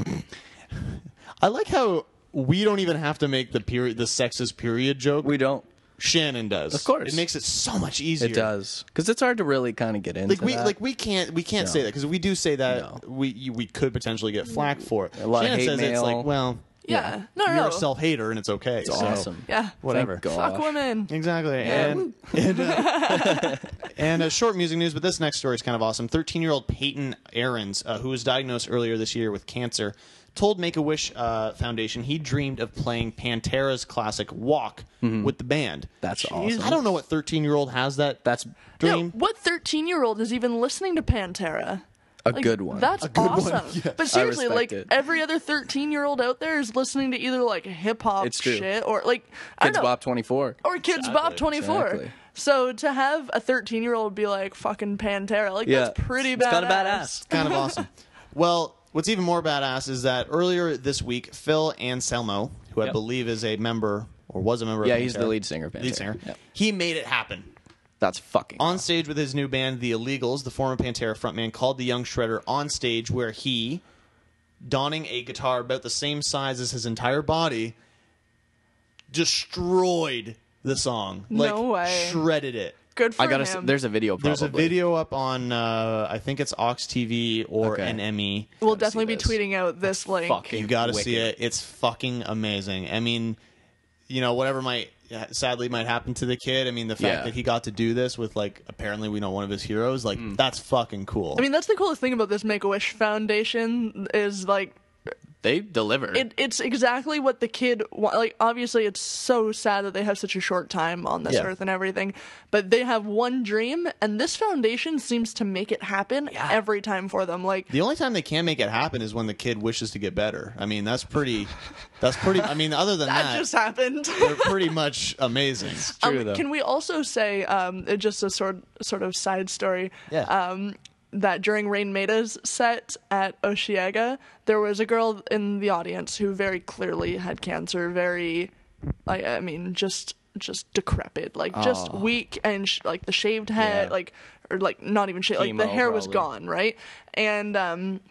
[SPEAKER 4] *laughs* I like how we don't even have to make the period the sexist period joke.
[SPEAKER 2] We don't.
[SPEAKER 4] Shannon does.
[SPEAKER 2] Of course.
[SPEAKER 4] It makes it so much easier.
[SPEAKER 2] It does. Because it's hard to really kind of get into
[SPEAKER 4] Like we
[SPEAKER 2] that.
[SPEAKER 4] like we can't we can't
[SPEAKER 2] No.
[SPEAKER 4] say that because if we do say that
[SPEAKER 2] No.
[SPEAKER 4] we you- we could potentially get flack for it.
[SPEAKER 2] A lot of
[SPEAKER 4] Shannon
[SPEAKER 2] hate
[SPEAKER 4] says it's
[SPEAKER 2] mail.
[SPEAKER 4] like well
[SPEAKER 3] Yeah. No, no,
[SPEAKER 4] you're
[SPEAKER 3] no.
[SPEAKER 4] a self hater and it's okay. It's
[SPEAKER 2] awesome.
[SPEAKER 3] yeah.
[SPEAKER 4] Whatever.
[SPEAKER 2] Thank gosh.
[SPEAKER 3] Fuck women.
[SPEAKER 4] Exactly. And and, uh, and, uh, short music news, but this next story is kind of awesome. 13 year old Peyton Ahrens, uh, who was diagnosed earlier this year with cancer, told Make a Wish uh, Foundation he dreamed of playing Pantera's classic Walk with the band.
[SPEAKER 2] Mm-hmm. That's awesome.
[SPEAKER 4] I don't know what 13 year old has that
[SPEAKER 2] That's
[SPEAKER 3] Yeah,
[SPEAKER 4] dream.
[SPEAKER 3] what 13 year old is even listening to Pantera?
[SPEAKER 2] a
[SPEAKER 3] Like,
[SPEAKER 2] good one.
[SPEAKER 3] That's awesome.
[SPEAKER 2] *laughs*
[SPEAKER 3] But seriously,
[SPEAKER 2] respect
[SPEAKER 3] like
[SPEAKER 2] it.
[SPEAKER 3] every other 13 year old out there is listening to either like hip hop
[SPEAKER 2] It's true.
[SPEAKER 3] shit or like I
[SPEAKER 2] Kids
[SPEAKER 3] don't know,
[SPEAKER 2] Bop 24.
[SPEAKER 3] or Kids Bop 24.
[SPEAKER 2] exactly.
[SPEAKER 3] So to have a 13 year old be like fucking Pantera, like
[SPEAKER 2] Yeah.
[SPEAKER 3] that's pretty
[SPEAKER 2] It's
[SPEAKER 3] badass.
[SPEAKER 2] kinda badass.
[SPEAKER 4] kind of awesome. Well, what's even more badass is that earlier this week, Phil Anselmo, who I
[SPEAKER 2] Yep.
[SPEAKER 4] believe is a member or was a member
[SPEAKER 2] Yeah,
[SPEAKER 4] of
[SPEAKER 2] he's
[SPEAKER 4] Pantera-
[SPEAKER 2] the lead singer of
[SPEAKER 4] Lead
[SPEAKER 2] Pantera.
[SPEAKER 4] singer.
[SPEAKER 2] Yep.
[SPEAKER 4] He made it happen.
[SPEAKER 2] That's fucking.
[SPEAKER 4] On stage with his new band, The Illegals, the former Pantera frontman called the Young Shredder on stage, where he, donning a guitar about the same size as his entire body, destroyed the song. Like,
[SPEAKER 3] No way.
[SPEAKER 4] shredded it.
[SPEAKER 3] Good for
[SPEAKER 2] I gotta. s
[SPEAKER 3] him.
[SPEAKER 2] There's a video. Probably.
[SPEAKER 4] There's a video up on, uh, I think it's Ox TV or E.
[SPEAKER 2] Okay.
[SPEAKER 4] NME.
[SPEAKER 3] we'll
[SPEAKER 2] gotta see
[SPEAKER 3] definitely be
[SPEAKER 2] this.
[SPEAKER 3] tweeting out this link.
[SPEAKER 2] Fucking
[SPEAKER 4] You gotta see
[SPEAKER 2] wicked.
[SPEAKER 4] it. It's fucking amazing. I mean, you know, whatever my yeah, sadly might happen to the kid. I mean, the fact
[SPEAKER 2] Yeah.
[SPEAKER 4] that he got to do this with like apparently we know one of his heroes, like
[SPEAKER 2] Mm.
[SPEAKER 4] that's fucking cool.
[SPEAKER 3] I mean, that's the coolest thing about this Make a Wish Foundation is like
[SPEAKER 2] They deliver.
[SPEAKER 3] it, it's exactly what the kid wa- like. Obviously, it's so sad that they have such a short time on this
[SPEAKER 2] Yeah.
[SPEAKER 3] earth and everything, but they have one dream, and this foundation seems to make it happen every time for them. Like
[SPEAKER 4] the only time they can make it happen is when the kid wishes to get better. I mean, that's pretty. That's pretty. I mean, other than
[SPEAKER 3] *laughs* that
[SPEAKER 4] that,
[SPEAKER 3] just happened. Um,
[SPEAKER 4] they're pretty much amazing.
[SPEAKER 2] True, though.
[SPEAKER 3] Can we also say um, uh, just a sort sort of side story?
[SPEAKER 4] Yeah.
[SPEAKER 3] Um, that during Rain Maida's set at Oshiega, there was a girl in the audience who very clearly had cancer. Very, I, I mean, just just decrepit, like just weak, and sh- like the shaved head,
[SPEAKER 2] Yeah.
[SPEAKER 3] like or like not even shaved, like the
[SPEAKER 2] Chemo,
[SPEAKER 3] hair was
[SPEAKER 2] probably.
[SPEAKER 3] gone, right? And um,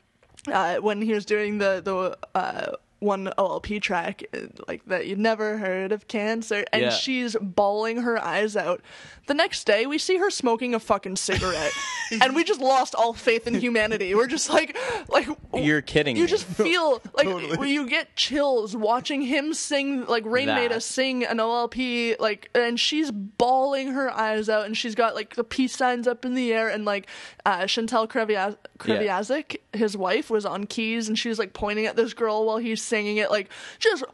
[SPEAKER 3] uh, when he was doing the the uh, one OLP track, uh, like that you'd never heard of cancer, and
[SPEAKER 2] Yeah.
[SPEAKER 3] she's bawling her eyes out. The next day, we see her smoking a fucking cigarette, and we just lost all faith in humanity. We're just like, like
[SPEAKER 2] You're kidding
[SPEAKER 3] You
[SPEAKER 2] me. *laughs*
[SPEAKER 3] just feel like
[SPEAKER 4] Totally.
[SPEAKER 3] you get chills watching him sing. Like Rain
[SPEAKER 2] That.
[SPEAKER 3] made us sing an OLP, like, and she's bawling her eyes out, and she's got like the peace signs up in the air, and like uh, Chantel Kreviaz-
[SPEAKER 2] Yeah.
[SPEAKER 3] Kreviazic, his wife, was on keys, and she was like pointing at this girl while he's singing it, like just.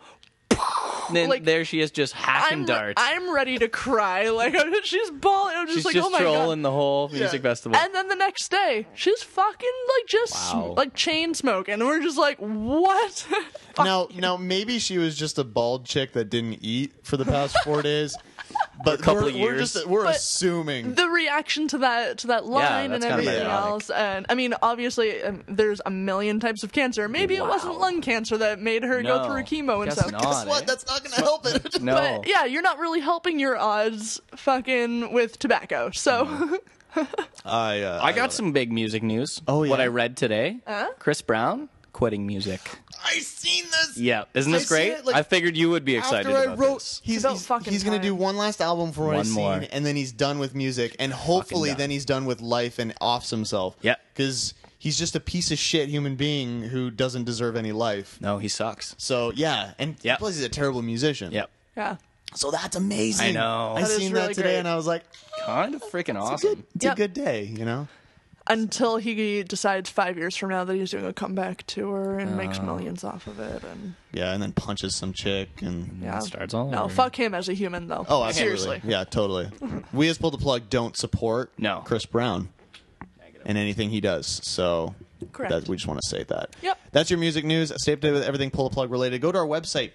[SPEAKER 2] then
[SPEAKER 3] like,
[SPEAKER 2] there she is, just hacking
[SPEAKER 3] I'm, re-
[SPEAKER 2] darts.
[SPEAKER 3] I'm ready to cry. *laughs* Like she's bawling. I'm just
[SPEAKER 2] She's
[SPEAKER 3] like,
[SPEAKER 2] just
[SPEAKER 3] oh my god.
[SPEAKER 2] trolling the whole music festival.
[SPEAKER 3] And then the next day, she's fucking like just sm-
[SPEAKER 2] Wow.
[SPEAKER 3] like chain smoking, and we're just like, what? *laughs*
[SPEAKER 4] Now, now maybe she was just a bald chick that didn't eat for the past four days, but
[SPEAKER 2] couple
[SPEAKER 4] we're,
[SPEAKER 2] of
[SPEAKER 4] we're
[SPEAKER 2] years.
[SPEAKER 4] just we're
[SPEAKER 3] But
[SPEAKER 4] assuming.
[SPEAKER 3] the reaction to that to that line
[SPEAKER 2] that's
[SPEAKER 3] and
[SPEAKER 2] kind of
[SPEAKER 3] everything
[SPEAKER 4] ironic.
[SPEAKER 3] else, and I mean, obviously, um, there's a million types of cancer. Maybe it wasn't
[SPEAKER 2] Wow.
[SPEAKER 3] lung cancer that made her
[SPEAKER 2] No,
[SPEAKER 3] go through chemo and
[SPEAKER 2] guess
[SPEAKER 3] stuff.
[SPEAKER 2] not, eh?
[SPEAKER 4] what? That's not going to help
[SPEAKER 3] *laughs*
[SPEAKER 4] it.
[SPEAKER 2] no.
[SPEAKER 3] But yeah, you're not really helping your odds, fucking with tobacco. So
[SPEAKER 2] Mm.
[SPEAKER 3] *laughs*
[SPEAKER 4] I, uh,
[SPEAKER 2] I got some big music news.
[SPEAKER 4] Oh,
[SPEAKER 2] What
[SPEAKER 4] yeah.
[SPEAKER 2] I read today. Chris Brown quitting music.
[SPEAKER 4] I seen this.
[SPEAKER 2] Yeah, isn't
[SPEAKER 4] I
[SPEAKER 2] this
[SPEAKER 4] see
[SPEAKER 2] great?
[SPEAKER 4] it, like,
[SPEAKER 2] I figured you would be excited
[SPEAKER 4] After I
[SPEAKER 2] about
[SPEAKER 4] wrote,
[SPEAKER 2] this.
[SPEAKER 4] he's
[SPEAKER 3] About
[SPEAKER 4] he's,
[SPEAKER 3] fucking
[SPEAKER 4] he's going to do
[SPEAKER 3] time.
[SPEAKER 4] one last album for what
[SPEAKER 2] One
[SPEAKER 4] I've
[SPEAKER 2] more.
[SPEAKER 4] seen, and then he's done with music, and hopefully
[SPEAKER 2] done.
[SPEAKER 4] then he's done with life and offs himself.
[SPEAKER 2] Yeah.
[SPEAKER 4] because he's just a piece of shit human being who doesn't deserve any life.
[SPEAKER 2] No, he sucks.
[SPEAKER 4] So yeah, and
[SPEAKER 2] Yeah.
[SPEAKER 4] plus he's a terrible musician.
[SPEAKER 2] Yep.
[SPEAKER 3] yeah,
[SPEAKER 4] So that's amazing.
[SPEAKER 2] I know.
[SPEAKER 4] I
[SPEAKER 2] That
[SPEAKER 3] is
[SPEAKER 4] seen
[SPEAKER 3] really
[SPEAKER 4] that today,
[SPEAKER 3] great.
[SPEAKER 4] and I was like,
[SPEAKER 2] Kind of freaking
[SPEAKER 4] it's a
[SPEAKER 2] awesome.
[SPEAKER 4] good, it's
[SPEAKER 3] Yep.
[SPEAKER 4] a good day, you know.
[SPEAKER 3] until he decides five years from now that he's doing a comeback tour and makes
[SPEAKER 2] Oh.
[SPEAKER 3] millions off of it, and
[SPEAKER 4] Yeah, and then punches some chick and
[SPEAKER 3] yeah,
[SPEAKER 2] starts all
[SPEAKER 3] No,
[SPEAKER 2] over.
[SPEAKER 3] fuck him as a human though.
[SPEAKER 4] oh, absolutely.
[SPEAKER 3] seriously, *laughs*
[SPEAKER 4] yeah, totally. we as pull the plug don't support
[SPEAKER 2] No.
[SPEAKER 4] Chris Brown and anything he does. So
[SPEAKER 3] Correct.
[SPEAKER 4] that- we just want to say that.
[SPEAKER 3] Yep.
[SPEAKER 4] That's your music news. Stay up to date with everything pull the plug related. Go to our website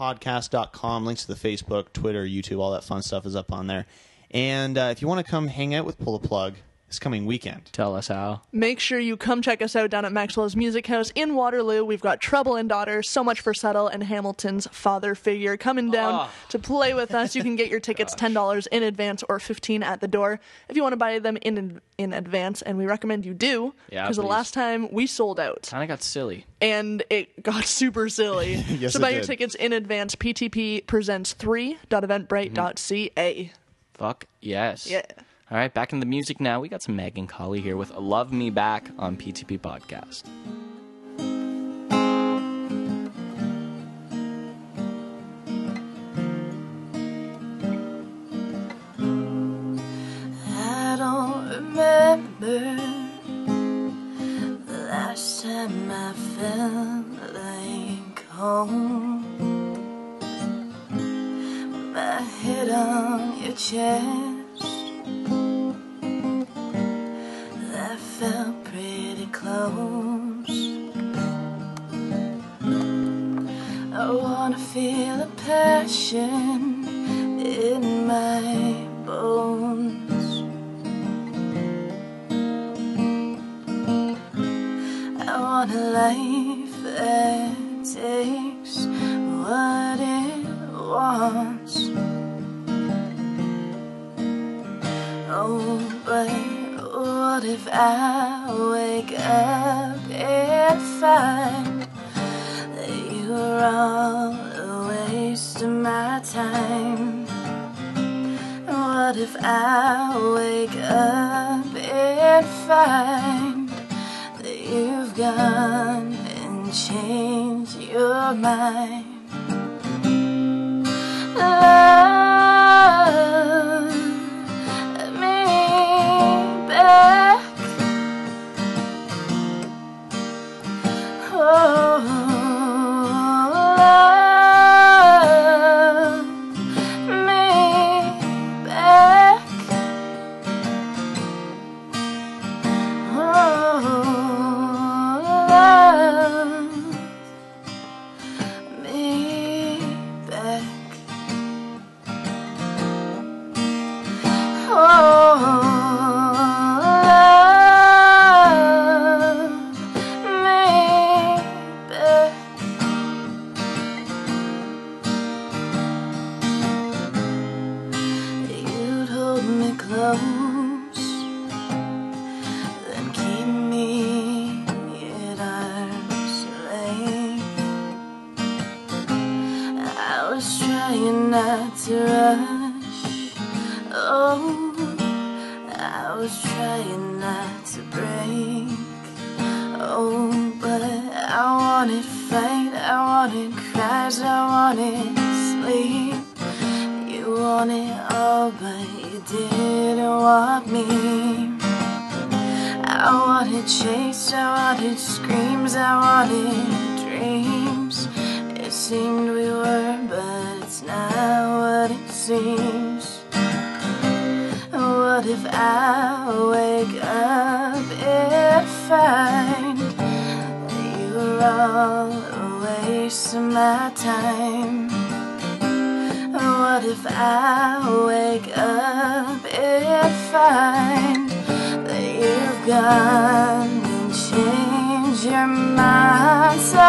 [SPEAKER 4] ptppodcast.com. Links to the Facebook, Twitter, YouTube, all that fun stuff is up on there. And uh, if you want to come hang out with pull the plug this coming weekend.
[SPEAKER 2] Tell us how.
[SPEAKER 3] Make sure you come check us out down at Maxwell's Music House in Waterloo. We've got Trouble and Daughter, So Much for Settle, and Hamilton's Father Figure coming down
[SPEAKER 2] Ah.
[SPEAKER 3] to play with us. You can get your
[SPEAKER 4] *laughs*
[SPEAKER 3] tickets $10 in advance or 15 at the door if you want to buy them in in advance, and we recommend you do
[SPEAKER 2] Yeah,
[SPEAKER 3] because the
[SPEAKER 2] please.
[SPEAKER 3] last time we sold out
[SPEAKER 2] Kind of got silly.
[SPEAKER 3] and it got *laughs* super silly.
[SPEAKER 4] *laughs* Yes,
[SPEAKER 3] so
[SPEAKER 4] it
[SPEAKER 3] buy your
[SPEAKER 4] did.
[SPEAKER 3] tickets in advance. PTP presents
[SPEAKER 4] Mm-hmm.
[SPEAKER 3] 3.eventbrite.ca.
[SPEAKER 2] Fuck yes.
[SPEAKER 3] Yeah.
[SPEAKER 2] All right, back in the music now. We got some Megan Colley here with Love Me Back on PTP Podcast. *laughs*
[SPEAKER 13] I don't remember the last time I felt like home. My head on your chest, I felt pretty close. I wanna feel the passion in my bones. I want a life that takes what it wants. Oh, but what if I wake up and find? that you were all a waste of my time. What if I wake up and find that you've gone and changed your mind? Love
[SPEAKER 14] Oh, was trying not to rush. Oh, I was trying not to break. Oh, but I wanted fight, I wanted cries, I wanted sleep. You want it all, but you didn't want me. I wanted chase, I wanted screams, I wanted dreams. It seemed we were, but it's not what it seems. What if I wake up and find that you were all a waste of my time? What if I wake up and find that you've gone and changed your mind? So,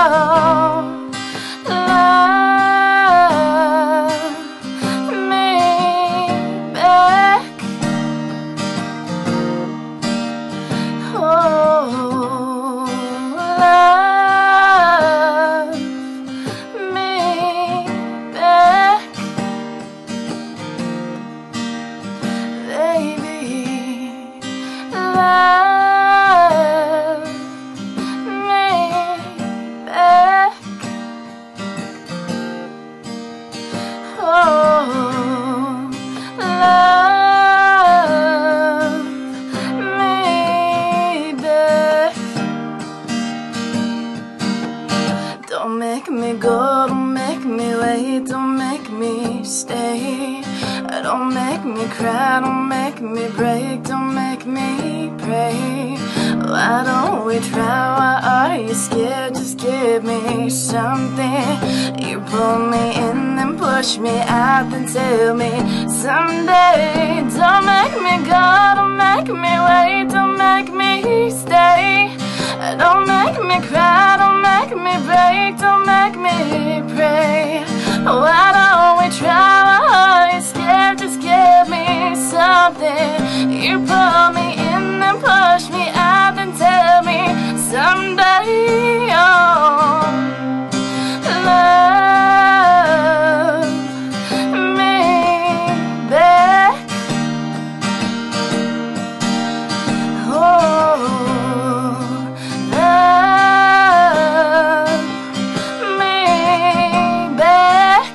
[SPEAKER 14] love me back. Oh, love me back. Baby, love me back. Oh, love me back. Don't make me go, don't make me wait, don't make me stay. Don't make me cry, don't make me break, don't make me pray. Why don't we try? Why are you scared? Just give me something. You pull me in, then push me out, then tell me someday. Don't make me go, don't make me wait, don't make me stay. Don't make me cry, don't make me break, don't make me pray. Why don't we try? Why are you scared? Just give me something. You pull me in, then push me out, then tell me someday. Oh, love me back. Oh, love me back,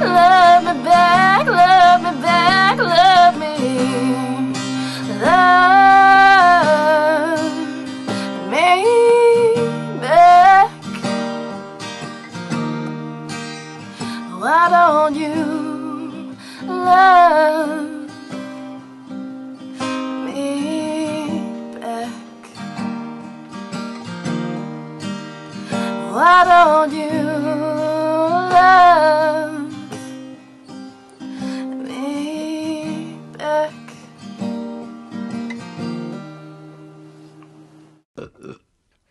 [SPEAKER 14] love me back, love me back, love me, love me back. Why don't you love me back? Why don't you love me back?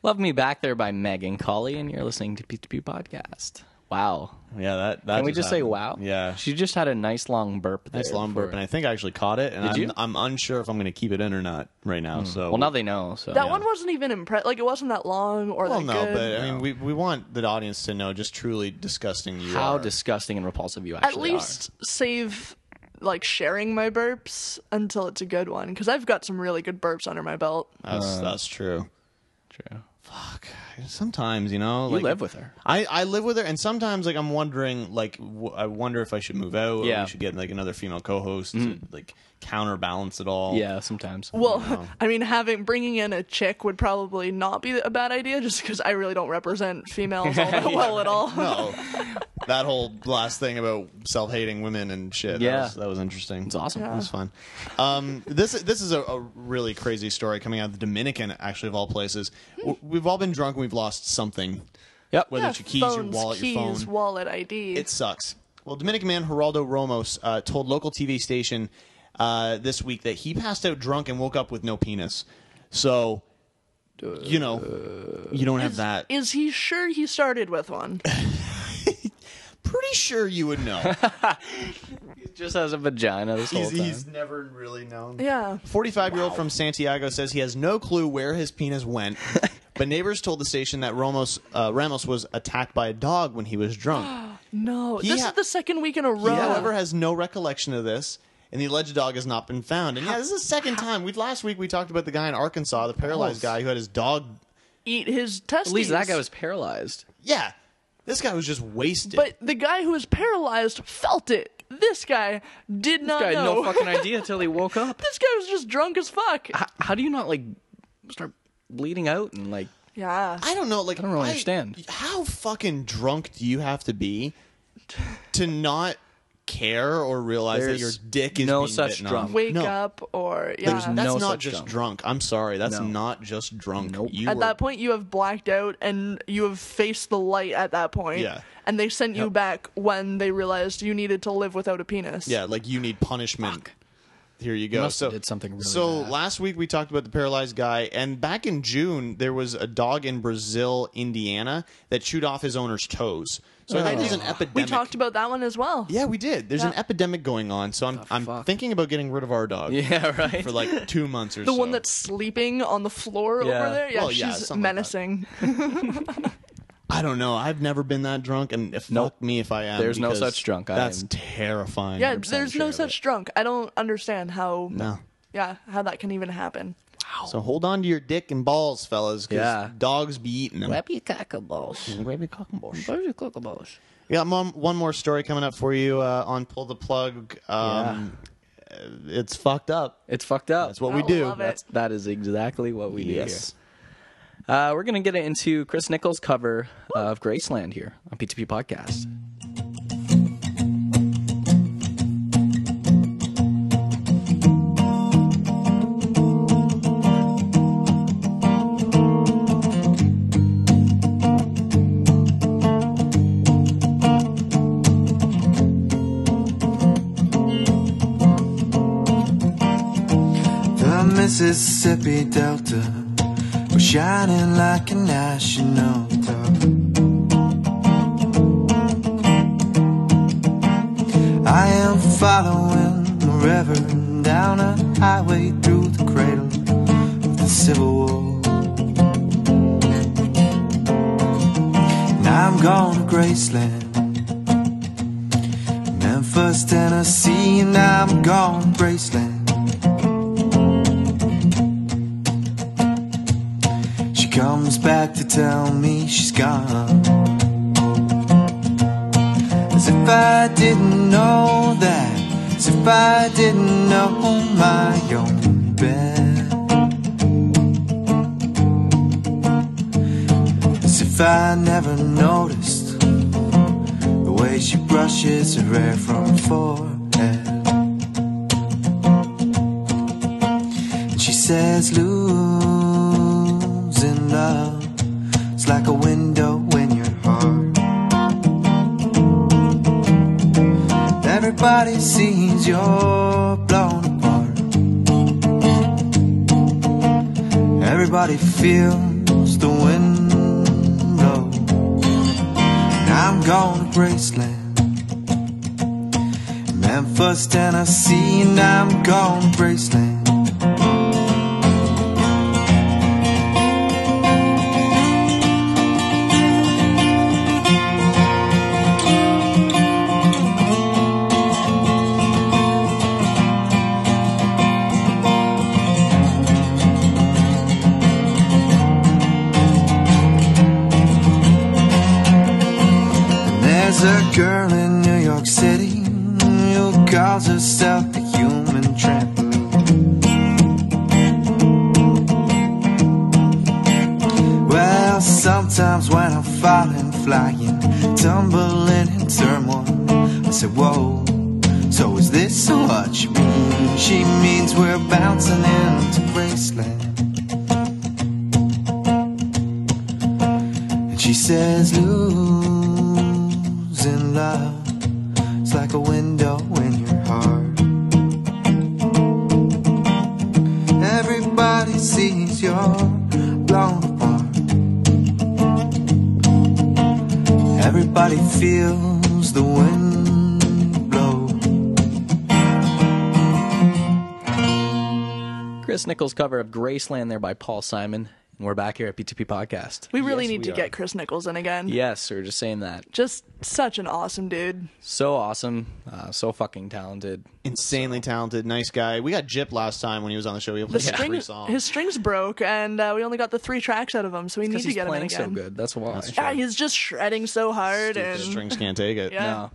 [SPEAKER 2] Love Me Back There by Megan Colley, and you're listening to P2P Podcast. Wow.
[SPEAKER 4] Yeah, that. that
[SPEAKER 2] Can we just say
[SPEAKER 4] happened.
[SPEAKER 2] wow?
[SPEAKER 4] Yeah.
[SPEAKER 2] She just had a nice long burp. There
[SPEAKER 4] Nice long burp,
[SPEAKER 2] for-
[SPEAKER 4] and I think I actually caught it. And
[SPEAKER 2] Did
[SPEAKER 4] I'm,
[SPEAKER 2] you? Hmm.
[SPEAKER 4] I'm unsure if I'm going to keep it in or not right now. So
[SPEAKER 2] Well, now they know. So
[SPEAKER 3] That one wasn't even impressed. Like it wasn't that long or
[SPEAKER 4] Well,
[SPEAKER 3] that
[SPEAKER 4] no,
[SPEAKER 3] good.
[SPEAKER 4] but I mean, we, we want the audience to know just truly disgusting you
[SPEAKER 2] How
[SPEAKER 4] are.
[SPEAKER 2] disgusting and repulsive you
[SPEAKER 3] at
[SPEAKER 2] actually are.
[SPEAKER 3] least save like sharing my burps until it's a good one because I've got some really good burps under my belt.
[SPEAKER 4] That's that's true.
[SPEAKER 2] Hmm. True.
[SPEAKER 4] Fuck. Sometimes you know.
[SPEAKER 2] You
[SPEAKER 4] like-
[SPEAKER 2] live with her.
[SPEAKER 4] I I live with her, and sometimes like I'm wondering, like w- I wonder if I should move out. Or
[SPEAKER 2] Yeah. Mm-hmm.
[SPEAKER 4] we should get like another female co-host to like counterbalance it all.
[SPEAKER 2] Yeah, sometimes.
[SPEAKER 3] Well, *laughs* I mean, having bringing in a chick would probably not be a bad idea, just because I really don't represent females all
[SPEAKER 4] *laughs*
[SPEAKER 3] that well at all.
[SPEAKER 2] *laughs*
[SPEAKER 4] No. that whole last thing about self-hating women and shit. That
[SPEAKER 2] Yeah.
[SPEAKER 4] was, that was interesting. It's
[SPEAKER 2] awesome.
[SPEAKER 4] That was fun. Um, this this is a, a really crazy story coming out of the Dominican, actually of all places. W We've all been drunk and we've lost something.
[SPEAKER 2] Yep.
[SPEAKER 4] Whether it's your keys, your
[SPEAKER 3] Phones,
[SPEAKER 4] wallet,
[SPEAKER 3] keys,
[SPEAKER 4] your phone.
[SPEAKER 3] wallet, ID.
[SPEAKER 4] It sucks. Well, Dominican man Geraldo Ramos uh, told local TV station uh, this week that he passed out drunk and woke up with no penis. So, you know, you don't have that.
[SPEAKER 3] Is he sure he started with
[SPEAKER 4] *laughs*
[SPEAKER 3] one?
[SPEAKER 4] Pretty sure you would
[SPEAKER 2] *laughs*
[SPEAKER 4] know.
[SPEAKER 2] Just has a vagina this whole
[SPEAKER 4] he's,
[SPEAKER 2] time.
[SPEAKER 4] he's never really known.
[SPEAKER 3] Yeah.
[SPEAKER 4] 45 year old from Santiago says he has no clue where his penis went,
[SPEAKER 3] *gasps*
[SPEAKER 4] but neighbors told the station that Ramos, uh, Ramos was attacked by a dog when he was drunk.
[SPEAKER 3] No,
[SPEAKER 4] He
[SPEAKER 3] this
[SPEAKER 4] ha-
[SPEAKER 3] is the second week in a
[SPEAKER 4] He,
[SPEAKER 3] row.
[SPEAKER 4] however, has no recollection of this, and the alleged dog has not been found. And yeah, this is the second time. We last week we talked about the guy in Arkansas, the paralyzed guy who had his dog.
[SPEAKER 3] Eat his testes.
[SPEAKER 4] At least that guy was
[SPEAKER 2] paralyzed.
[SPEAKER 4] Yeah, this guy was just wasted.
[SPEAKER 3] But the guy who was paralyzed felt it. This guy did
[SPEAKER 2] This
[SPEAKER 3] not
[SPEAKER 2] guy had
[SPEAKER 3] know.
[SPEAKER 2] no
[SPEAKER 3] *laughs*
[SPEAKER 2] fucking idea
[SPEAKER 4] *laughs*
[SPEAKER 2] until he woke up.
[SPEAKER 3] this guy was just drunk as fuck.
[SPEAKER 2] How, how do you not like start bleeding out and like?
[SPEAKER 3] yeah.
[SPEAKER 4] I don't know. Like I don't
[SPEAKER 2] really understand.
[SPEAKER 4] How fucking drunk do you have to be to not care or realize
[SPEAKER 2] There's
[SPEAKER 4] that your dick is
[SPEAKER 2] no
[SPEAKER 4] being
[SPEAKER 2] such
[SPEAKER 4] bitten
[SPEAKER 2] drunk.
[SPEAKER 4] on?
[SPEAKER 3] Wake
[SPEAKER 4] No.
[SPEAKER 3] up or yeah.
[SPEAKER 4] There's that's not just drunk. I'm sorry, that's not just drunk. You
[SPEAKER 3] at
[SPEAKER 4] were-
[SPEAKER 3] that point, you have blacked out and you have faced the light at that point.
[SPEAKER 4] Yeah.
[SPEAKER 3] And they sent you
[SPEAKER 4] Yep.
[SPEAKER 3] back when they realized you needed to live without a penis.
[SPEAKER 4] Yeah, like you need punishment. Here you go.
[SPEAKER 2] must
[SPEAKER 4] so
[SPEAKER 2] have did something really
[SPEAKER 4] so last week we talked about the paralyzed guy, and back in June there was a dog in Brazil, Indiana, that chewed off his owner's toes. So I think there's an
[SPEAKER 2] Oh.
[SPEAKER 4] epidemic.
[SPEAKER 3] We talked about that one as well.
[SPEAKER 4] yeah, we did. There's an
[SPEAKER 3] Yeah.
[SPEAKER 4] epidemic going on, so I'm I'm thinking about getting rid of our
[SPEAKER 2] *laughs*
[SPEAKER 4] dog.
[SPEAKER 2] Yeah, right.
[SPEAKER 4] For like two months or
[SPEAKER 3] The
[SPEAKER 4] so.
[SPEAKER 3] one that's sleeping on the floor
[SPEAKER 4] Yeah.
[SPEAKER 3] over there. Yeah,
[SPEAKER 4] Well, yeah,
[SPEAKER 3] she's
[SPEAKER 4] something like that.
[SPEAKER 3] menacing.
[SPEAKER 4] I don't know. I've never been that drunk, and if fuck me if I am.
[SPEAKER 2] There's no
[SPEAKER 4] because
[SPEAKER 2] such drunk. I
[SPEAKER 4] That's
[SPEAKER 2] am-
[SPEAKER 4] terrifying.
[SPEAKER 3] yeah, there's no such drunk. I don't understand how.
[SPEAKER 4] No.
[SPEAKER 3] Yeah, how that can even happen.
[SPEAKER 4] So hold on to your dick and balls, fellas, because
[SPEAKER 2] Yeah.
[SPEAKER 4] dogs be eating them.
[SPEAKER 2] Grab your cock and balls.
[SPEAKER 4] Grab your cock and balls.
[SPEAKER 2] Grab your cock Mm, and balls.
[SPEAKER 4] We got mom, one more story coming up for you uh, on Pull the Plug. Um, It's fucked up.
[SPEAKER 2] It's fucked up.
[SPEAKER 4] That's what we do.
[SPEAKER 2] That's, that is exactly what we
[SPEAKER 4] Yes.
[SPEAKER 2] do. Here. Uh, we're gonna get into Chris Nichols' cover of Graceland here on PTP Podcast.
[SPEAKER 15] The Mississippi Delta was shining like a national anthem. I am following the river down a highway through the cradle of the Civil War. And I'm going to Graceland, Memphis, Tennessee, and I'm going to Graceland. She comes back to tell me she's gone. As if I didn't know that. As if I didn't know my own bed. As if I never noticed the way she brushes her hair from her forehead. And she says, losing love is like a window in your heart. Everybody sees you're blown apart. Everybody feels the wind blow. And I'm going to Graceland, Memphis, Tennessee, and I'm going to Graceland. There's a girl in New York City who calls herself a human tramp. Well, sometimes when I'm falling, flying, tumbling in turmoil, I say, Whoa, so is this what she means? She means we're bouncing into Graceland. And she says, Losing love is like a window in your heart. Everybody sees you're blown apart. Everybody feels the wind blow.
[SPEAKER 2] Chris Nichols' cover of Graceland there by Paul Simon. We're back here at PTP Podcast.
[SPEAKER 3] We really
[SPEAKER 2] Yes,
[SPEAKER 3] need
[SPEAKER 2] we
[SPEAKER 3] to
[SPEAKER 2] are.
[SPEAKER 3] get Chris Nichols in again.
[SPEAKER 2] Yes, we were just saying that.
[SPEAKER 3] Just such an awesome dude.
[SPEAKER 2] So awesome. Uh, so fucking talented.
[SPEAKER 4] Insanely talented, nice guy. We got Jip last time when he was on the show. We only
[SPEAKER 3] The
[SPEAKER 4] got
[SPEAKER 3] string,
[SPEAKER 4] three songs.
[SPEAKER 3] his strings broke, and uh, we only got the three tracks out of him, so we need to
[SPEAKER 2] he's
[SPEAKER 3] get him in
[SPEAKER 2] playing
[SPEAKER 3] again.
[SPEAKER 2] so good. That's why.
[SPEAKER 3] Yeah, he's just shredding so hard,
[SPEAKER 4] Stupid
[SPEAKER 3] and
[SPEAKER 4] strings can't take
[SPEAKER 3] *laughs*
[SPEAKER 4] it.
[SPEAKER 3] Yeah.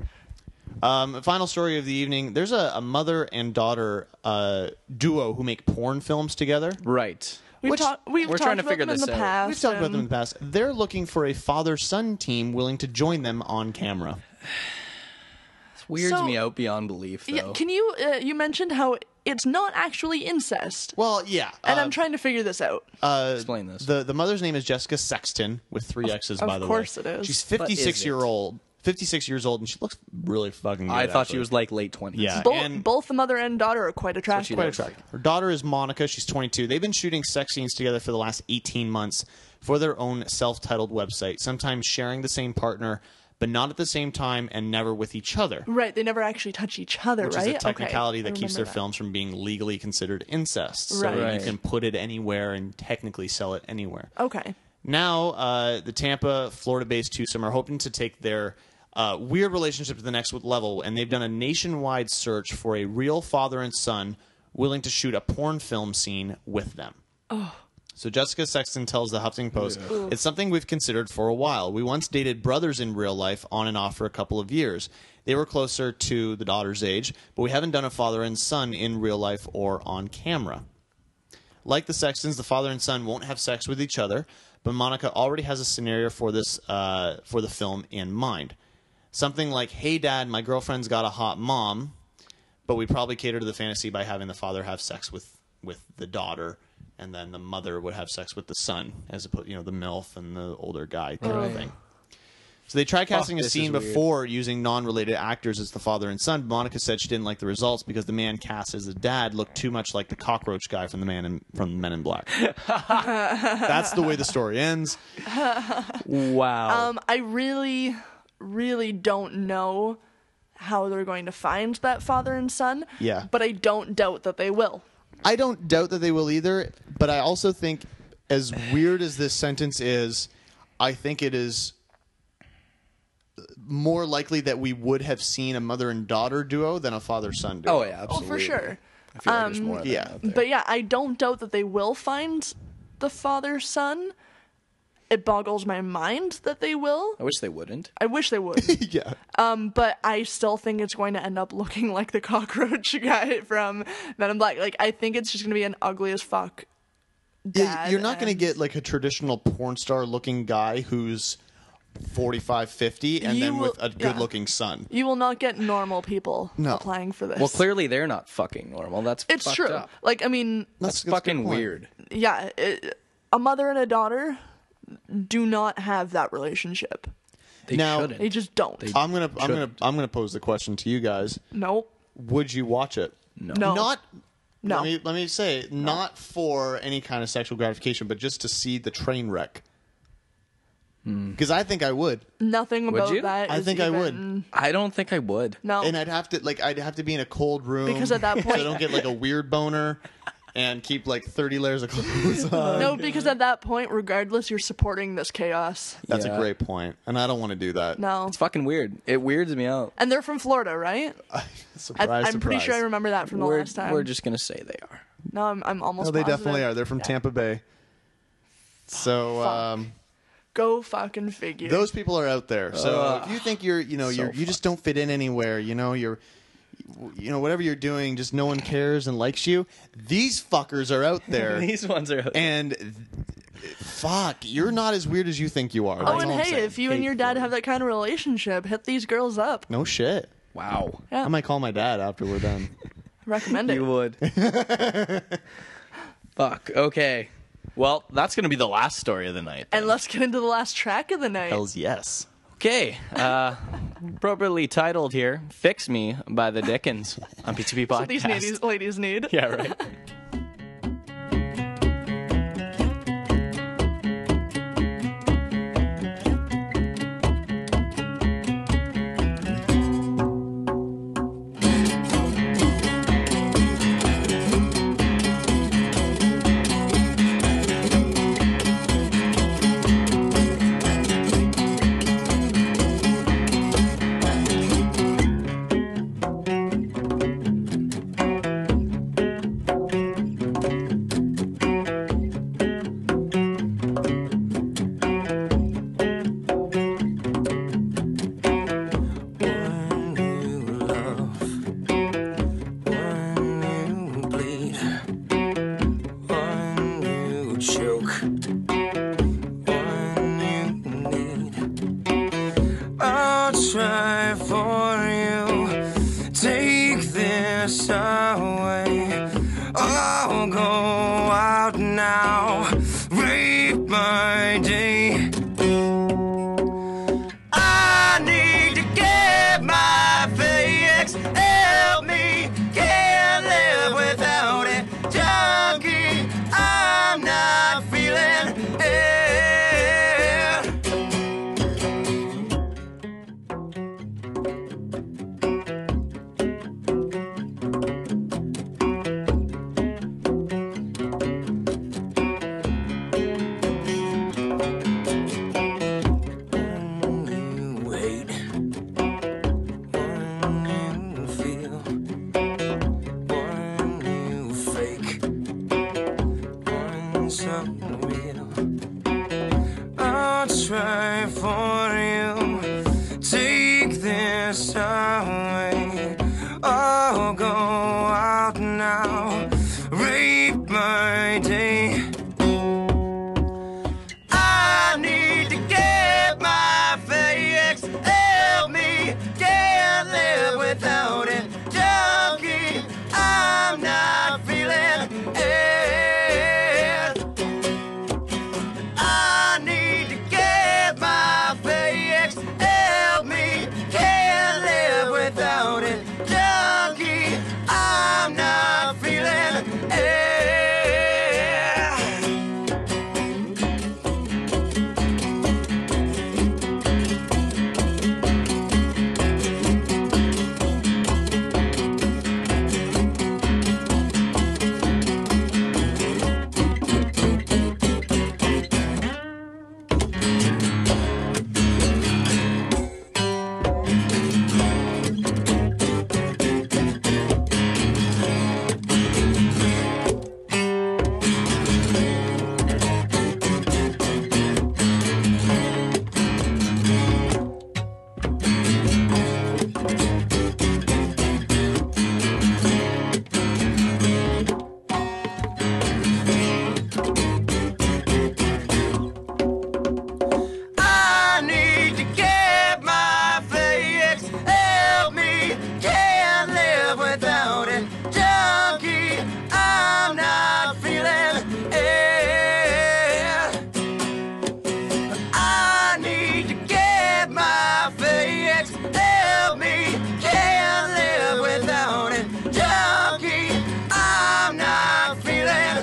[SPEAKER 4] Um, final story of the evening. There's a, a mother and daughter uh, duo who make porn films together.
[SPEAKER 2] Right.
[SPEAKER 3] We've talk- we've We're trying talked to about figure them in this the out. past,
[SPEAKER 4] We've talked about
[SPEAKER 3] and-
[SPEAKER 4] them in the past. They're looking for a father-son team willing to join them
[SPEAKER 2] *sighs*
[SPEAKER 4] on camera.
[SPEAKER 2] Weirds
[SPEAKER 3] So-
[SPEAKER 2] me out beyond belief, though.
[SPEAKER 3] yeah. Can you? Uh, you mentioned how it's not actually incest.
[SPEAKER 4] Well, yeah,
[SPEAKER 3] and
[SPEAKER 4] uh,
[SPEAKER 3] I'm trying to figure this out.
[SPEAKER 4] Uh,
[SPEAKER 2] Explain this.
[SPEAKER 4] The the mother's name is Jessica Sexton with three X's.
[SPEAKER 3] of
[SPEAKER 4] by the
[SPEAKER 3] course
[SPEAKER 4] way,
[SPEAKER 3] it is.
[SPEAKER 4] She's
[SPEAKER 3] But is
[SPEAKER 4] 56 year
[SPEAKER 2] it?
[SPEAKER 4] old, 56 years old, and she looks really fucking. Good,
[SPEAKER 2] I thought she
[SPEAKER 4] actually.
[SPEAKER 2] was like late 20s.
[SPEAKER 4] Yeah,
[SPEAKER 3] Both,
[SPEAKER 4] uh, and-
[SPEAKER 3] both the mother and daughter are quite attractive.
[SPEAKER 4] quite attractive. Her daughter is Monica. She's 22. They've been shooting sex scenes together for the last 18 months for their own self-titled website. Sometimes sharing the same partner, but not at the same time and never with each other.
[SPEAKER 3] Right, they never actually touch each other,
[SPEAKER 4] Which
[SPEAKER 3] right?
[SPEAKER 4] is a technicality
[SPEAKER 3] Okay, I
[SPEAKER 4] that keeps
[SPEAKER 3] remember
[SPEAKER 4] their
[SPEAKER 3] that.
[SPEAKER 4] films from being legally considered incest. So
[SPEAKER 3] Right.
[SPEAKER 4] you
[SPEAKER 3] Right.
[SPEAKER 4] can put it anywhere and technically sell it anywhere.
[SPEAKER 3] Okay.
[SPEAKER 4] Now, uh, the Tampa, Florida-based twosome are hoping to take their uh, weird relationship to the next level, and they've done a nationwide search for a real father and son willing to shoot a porn film scene with them.
[SPEAKER 5] Oh.
[SPEAKER 4] So Jessica Sexton tells the Huffington Post,
[SPEAKER 5] Yeah. Ooh.
[SPEAKER 4] "It's something we've considered for a while. We once dated brothers in real life on and off for a couple of years. They were closer to the daughter's age, but we haven't done a father and son in real life or on camera." Like the Sextons, the father and son won't have sex with each other, but Monica already has a scenario for this uh, for the film in mind. Something like, "Hey, Dad, my girlfriend's got a hot mom," but we probably cater to the fantasy by having the father have sex with with the daughter, and then the mother would have sex with the son, as opposed, you know, the milf and the older guy type
[SPEAKER 5] Right.
[SPEAKER 4] of thing. So they tried
[SPEAKER 5] Fuck,
[SPEAKER 4] casting a
[SPEAKER 5] this is
[SPEAKER 4] scene
[SPEAKER 5] weird.
[SPEAKER 4] before using non-related actors as the father and son. Monica said she didn't like the results because the man cast as the dad looked too much like the cockroach guy from the man in, from Men in Black. That's the way the story ends.
[SPEAKER 3] *laughs*
[SPEAKER 4] Wow.
[SPEAKER 3] Um, I really, really don't know how they're going to find that father and son.
[SPEAKER 4] Yeah.
[SPEAKER 3] But I don't doubt that they will.
[SPEAKER 4] I don't doubt that they will either, but I also think, as weird as this sentence is, I think it is more likely that we would have seen a mother and daughter duo than a father son duo.
[SPEAKER 2] Oh, yeah, absolutely.
[SPEAKER 3] Oh, for sure. Um,
[SPEAKER 2] I feel like there's more of that
[SPEAKER 4] yeah.
[SPEAKER 2] out
[SPEAKER 3] But yeah, I don't doubt that they will find the father son. It boggles my mind that they will.
[SPEAKER 2] I wish they wouldn't.
[SPEAKER 3] I wish they
[SPEAKER 4] *laughs*
[SPEAKER 3] would.
[SPEAKER 4] yeah.
[SPEAKER 3] Um, but I still think it's going to end up looking like the *laughs* cockroach guy from Men in Black. Like I think it's just going to be an ugly as fuck.
[SPEAKER 4] Yeah, you're not going to get like a traditional porn star looking guy who's 45, 50, and
[SPEAKER 3] You
[SPEAKER 4] then
[SPEAKER 3] will-
[SPEAKER 4] with a
[SPEAKER 3] yeah.
[SPEAKER 4] good looking son.
[SPEAKER 3] You will not get normal people
[SPEAKER 4] No.
[SPEAKER 3] applying for this.
[SPEAKER 2] Well, clearly they're not fucking normal. That's
[SPEAKER 3] it's
[SPEAKER 2] fucked
[SPEAKER 3] true.
[SPEAKER 2] up.
[SPEAKER 3] Like I mean,
[SPEAKER 2] That's, fucking weird.
[SPEAKER 3] yeah, it, a mother and a daughter do not have that relationship.
[SPEAKER 2] They
[SPEAKER 4] now,
[SPEAKER 2] shouldn't.
[SPEAKER 3] They just don't.
[SPEAKER 4] I'm gonna, I'm gonna, I'm gonna pose the question to you guys:
[SPEAKER 3] Nope.
[SPEAKER 4] Would you watch it?
[SPEAKER 3] No.
[SPEAKER 4] Not.
[SPEAKER 3] No.
[SPEAKER 4] Let me, let me say, not for any kind of sexual gratification, but just to see the train wreck. Because I think I would.
[SPEAKER 3] Nothing about that.
[SPEAKER 4] I
[SPEAKER 3] is
[SPEAKER 4] think I would.
[SPEAKER 3] even-
[SPEAKER 2] I don't think I would.
[SPEAKER 3] No.
[SPEAKER 4] And I'd have to like I'd have to be in a cold room
[SPEAKER 3] Because at that
[SPEAKER 4] *laughs* so I
[SPEAKER 3] point-
[SPEAKER 4] don't get like a weird boner and keep like thirty layers of clothes
[SPEAKER 3] *laughs*
[SPEAKER 4] on.
[SPEAKER 3] no, because at that point, regardless, you're supporting this chaos.
[SPEAKER 4] That's a great point, and I don't want to do that.
[SPEAKER 3] No.
[SPEAKER 2] It's fucking weird. It weirds me out.
[SPEAKER 3] And they're from Florida, right?
[SPEAKER 4] *laughs* Surprise,
[SPEAKER 3] I, am pretty
[SPEAKER 4] surprise.
[SPEAKER 3] sure I remember that from the
[SPEAKER 2] we're,
[SPEAKER 3] last time.
[SPEAKER 2] we're just gonna say they are.
[SPEAKER 3] No, I'm, I'm almost.
[SPEAKER 4] No, they
[SPEAKER 3] positive.
[SPEAKER 4] definitely are. They're from
[SPEAKER 3] Yeah.
[SPEAKER 4] Tampa Bay. So
[SPEAKER 3] Fuck.
[SPEAKER 4] um,
[SPEAKER 3] Go fucking figure.
[SPEAKER 4] those people are out there. So
[SPEAKER 2] Ugh.
[SPEAKER 4] if you think you're, you know,
[SPEAKER 2] So
[SPEAKER 4] you're, you just don't fit in anywhere. You know, you're, you know, whatever you're doing, just no one cares and likes you. These fuckers are out
[SPEAKER 2] *laughs*
[SPEAKER 4] there.
[SPEAKER 2] These ones are.
[SPEAKER 4] and th- fuck, you're not as weird as you think you are.
[SPEAKER 3] Oh,
[SPEAKER 4] That's
[SPEAKER 3] and
[SPEAKER 4] all I'm
[SPEAKER 3] hey,
[SPEAKER 4] saying.
[SPEAKER 3] if you and your dad have that kind of relationship, hit these girls up.
[SPEAKER 4] no shit.
[SPEAKER 2] Wow.
[SPEAKER 3] Yeah.
[SPEAKER 4] I might call my dad after we're done.
[SPEAKER 2] *laughs*
[SPEAKER 3] Recommend it.
[SPEAKER 2] You
[SPEAKER 4] *laughs*
[SPEAKER 2] would. Fuck. Okay. Well, that's gonna be the last story of the night.
[SPEAKER 3] And let's get into the last track of the night.
[SPEAKER 4] yes.
[SPEAKER 2] Okay. Uh, appropriately titled here, "Fix Me" by the Dickens on
[SPEAKER 3] *laughs*
[SPEAKER 2] PTP podcast.
[SPEAKER 3] That's what these ladies, ladies need.
[SPEAKER 2] *laughs* Yeah. Right.
[SPEAKER 16] the subway. Oh, go out now, rape my day. I need to get my fix. Help me, can't live without it. Junkie, I'm not feeling it. Wait, one you feel, one you fake, one so real. I'll try for you. Take this away. I'll go out now. Rape my day. I need to get my fix. Help me, can't live without it. Junkie, I'm not feeling it. I need to get my fix. Help me, can't live without it. Junkie, I'm not feeling it. I need to get my fix. Help me, can't live without it. Junkie, I'm not feeling it. I need to get my fix. Help me, can't live without it. Junkie, I'm not feeling it.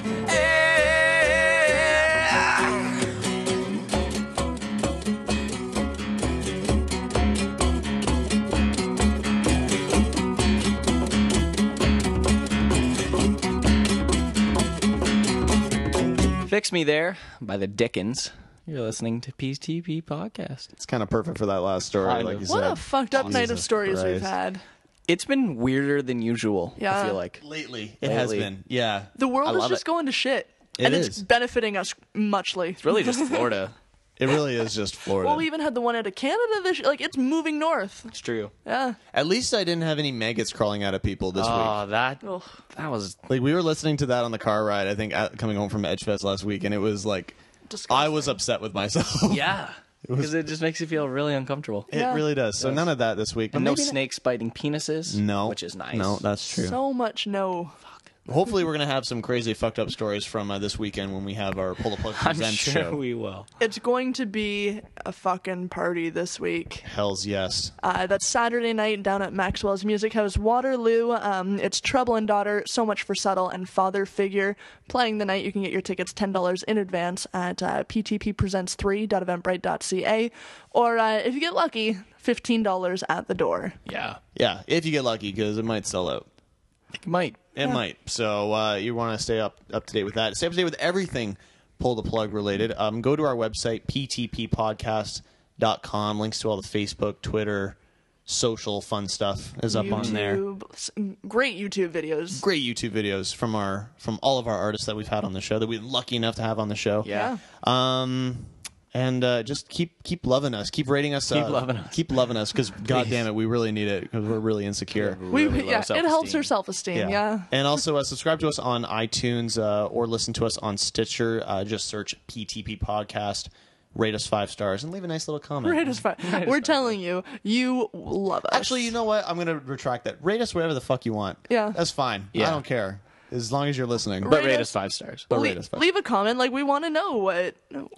[SPEAKER 2] Fix Me There by the Dickens. You're listening to PTP Podcast.
[SPEAKER 4] It's kind of perfect for that last story.
[SPEAKER 2] Kind
[SPEAKER 4] like
[SPEAKER 2] of.
[SPEAKER 4] you
[SPEAKER 3] What
[SPEAKER 4] said.
[SPEAKER 3] a fucked up night of
[SPEAKER 4] Jesus
[SPEAKER 3] stories we've
[SPEAKER 4] Christ.
[SPEAKER 3] had.
[SPEAKER 2] It's been weirder than usual, I
[SPEAKER 3] Yeah.
[SPEAKER 2] feel like.
[SPEAKER 4] Lately, It has been. Yeah.
[SPEAKER 3] The
[SPEAKER 2] I
[SPEAKER 3] world is
[SPEAKER 2] love
[SPEAKER 3] just
[SPEAKER 2] it.
[SPEAKER 3] going to shit.
[SPEAKER 4] It
[SPEAKER 3] and it's
[SPEAKER 4] is.
[SPEAKER 3] benefiting us muchly. It's
[SPEAKER 2] really
[SPEAKER 4] *laughs*
[SPEAKER 2] just Florida.
[SPEAKER 4] It really is just
[SPEAKER 3] *laughs*
[SPEAKER 4] Florida.
[SPEAKER 3] well, we even had the one out of Canada this Like, it's moving north.
[SPEAKER 2] it's true.
[SPEAKER 3] Yeah.
[SPEAKER 4] At least I didn't have any maggots crawling out of people this
[SPEAKER 2] Oh,
[SPEAKER 4] week.
[SPEAKER 2] that
[SPEAKER 3] Ugh.
[SPEAKER 2] that was
[SPEAKER 4] Like we were listening to that on the car ride. I think out- coming home from Edgefest last week, and it was like I was upset with myself.
[SPEAKER 2] yeah. Because it just makes you feel really uncomfortable.
[SPEAKER 4] *laughs* it really does. So none of that this week.
[SPEAKER 2] And no
[SPEAKER 4] Maybe-
[SPEAKER 2] snakes biting penises.
[SPEAKER 4] No,
[SPEAKER 2] Which is nice.
[SPEAKER 4] No, that's true.
[SPEAKER 3] So much no.
[SPEAKER 4] Hopefully, we're gonna have some crazy fucked up stories from uh, this weekend when we have our pull the plug
[SPEAKER 2] I'm
[SPEAKER 4] presents
[SPEAKER 2] sure
[SPEAKER 4] show.
[SPEAKER 2] we will.
[SPEAKER 3] It's going to be a fucking party this week.
[SPEAKER 4] Hell's yes.
[SPEAKER 3] Uh, that's Saturday night down at Maxwell's Music House, Waterloo. Um, it's Trouble and Daughter, So Much for Subtle, and Father Figure playing the night. You can get your tickets $10 in advance at uh, ptppresents3.eventbrite.ca, or uh, if you get lucky, $15 at the door.
[SPEAKER 2] Yeah.
[SPEAKER 4] Yeah, if you get lucky, because it might sell out.
[SPEAKER 2] Oh. It might.
[SPEAKER 4] It might. So uh, you want to stay up up to date with that. Stay up to date with everything pull the plug related. Um, go to our website ptppodcast.com. Links to all the Facebook, Twitter, social fun stuff is up on there.
[SPEAKER 3] YouTube, s- mm, Great YouTube videos.
[SPEAKER 4] Great YouTube videos from our from all of our artists that we've had on the show that we've been lucky enough to have on the show.
[SPEAKER 2] Yeah.
[SPEAKER 4] Um and uh, just keep keep loving us, keep rating us, keep
[SPEAKER 2] loving us.
[SPEAKER 4] keep loving
[SPEAKER 2] *laughs*
[SPEAKER 4] us, because goddamn it, we really need it because we're really insecure.
[SPEAKER 3] We, yeah, it helps her self esteem. Yeah.
[SPEAKER 4] And also uh, subscribe to us on iTunes uh, or listen to us on Stitcher. Uh, just search PTP Podcast. rate us five stars, and leave a nice little comment.
[SPEAKER 3] Rate us five.
[SPEAKER 4] Rate us
[SPEAKER 3] We're telling you, you love us.
[SPEAKER 4] Actually, you know what? I'm going to retract that. Rate us wherever the fuck you want.
[SPEAKER 3] Yeah.
[SPEAKER 4] That's fine. I
[SPEAKER 3] Yeah.
[SPEAKER 4] don't care. As long as you're listening.
[SPEAKER 3] But Rate rate us- us
[SPEAKER 2] five stars.
[SPEAKER 4] But
[SPEAKER 3] Le-
[SPEAKER 4] rate us five
[SPEAKER 3] leave a comment. Like we want to know what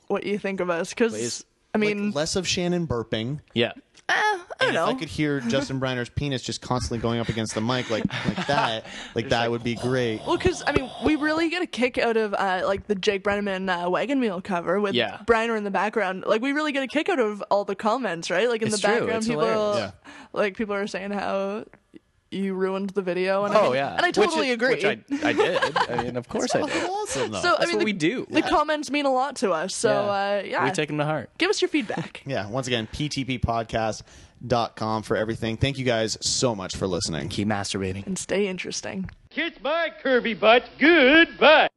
[SPEAKER 3] what you think of us because I mean, Eh,
[SPEAKER 4] less of Shannon burping.
[SPEAKER 2] Yeah.
[SPEAKER 4] I don't know. If I could
[SPEAKER 3] *laughs*
[SPEAKER 4] hear Justin Briner's penis just constantly going up against the mic like
[SPEAKER 3] *laughs*
[SPEAKER 4] like that, like that would be great.
[SPEAKER 3] well, because I mean, we really get a kick out of uh, like the Jake Brenneman uh, wagon wheel cover with
[SPEAKER 4] Yeah.
[SPEAKER 3] Briner in the background. Like we really get a kick out of all the comments, right? Like in
[SPEAKER 2] It's
[SPEAKER 3] the
[SPEAKER 2] true.
[SPEAKER 3] background,
[SPEAKER 2] It's
[SPEAKER 3] people
[SPEAKER 2] hilarious. Yeah.
[SPEAKER 3] like people are saying how you ruined the video, and I,
[SPEAKER 2] oh yeah,
[SPEAKER 3] and I
[SPEAKER 2] Which
[SPEAKER 3] totally
[SPEAKER 2] is-
[SPEAKER 3] agree.
[SPEAKER 2] Which I, I did.
[SPEAKER 3] *laughs*
[SPEAKER 2] I mean, of course I did.
[SPEAKER 4] Awesome,
[SPEAKER 3] so I mean,
[SPEAKER 2] what
[SPEAKER 3] the,
[SPEAKER 2] we do.
[SPEAKER 3] The comments mean a lot to us. So yeah, uh, yeah.
[SPEAKER 4] We take
[SPEAKER 2] them to heart.
[SPEAKER 3] Give us your feedback.
[SPEAKER 4] Yeah. Once again, ptppodcast.com for everything. Thank you guys so much for listening.
[SPEAKER 2] Keep masturbating.
[SPEAKER 3] and stay interesting.
[SPEAKER 4] Uh,
[SPEAKER 17] Kiss my curvy butt. Goodbye.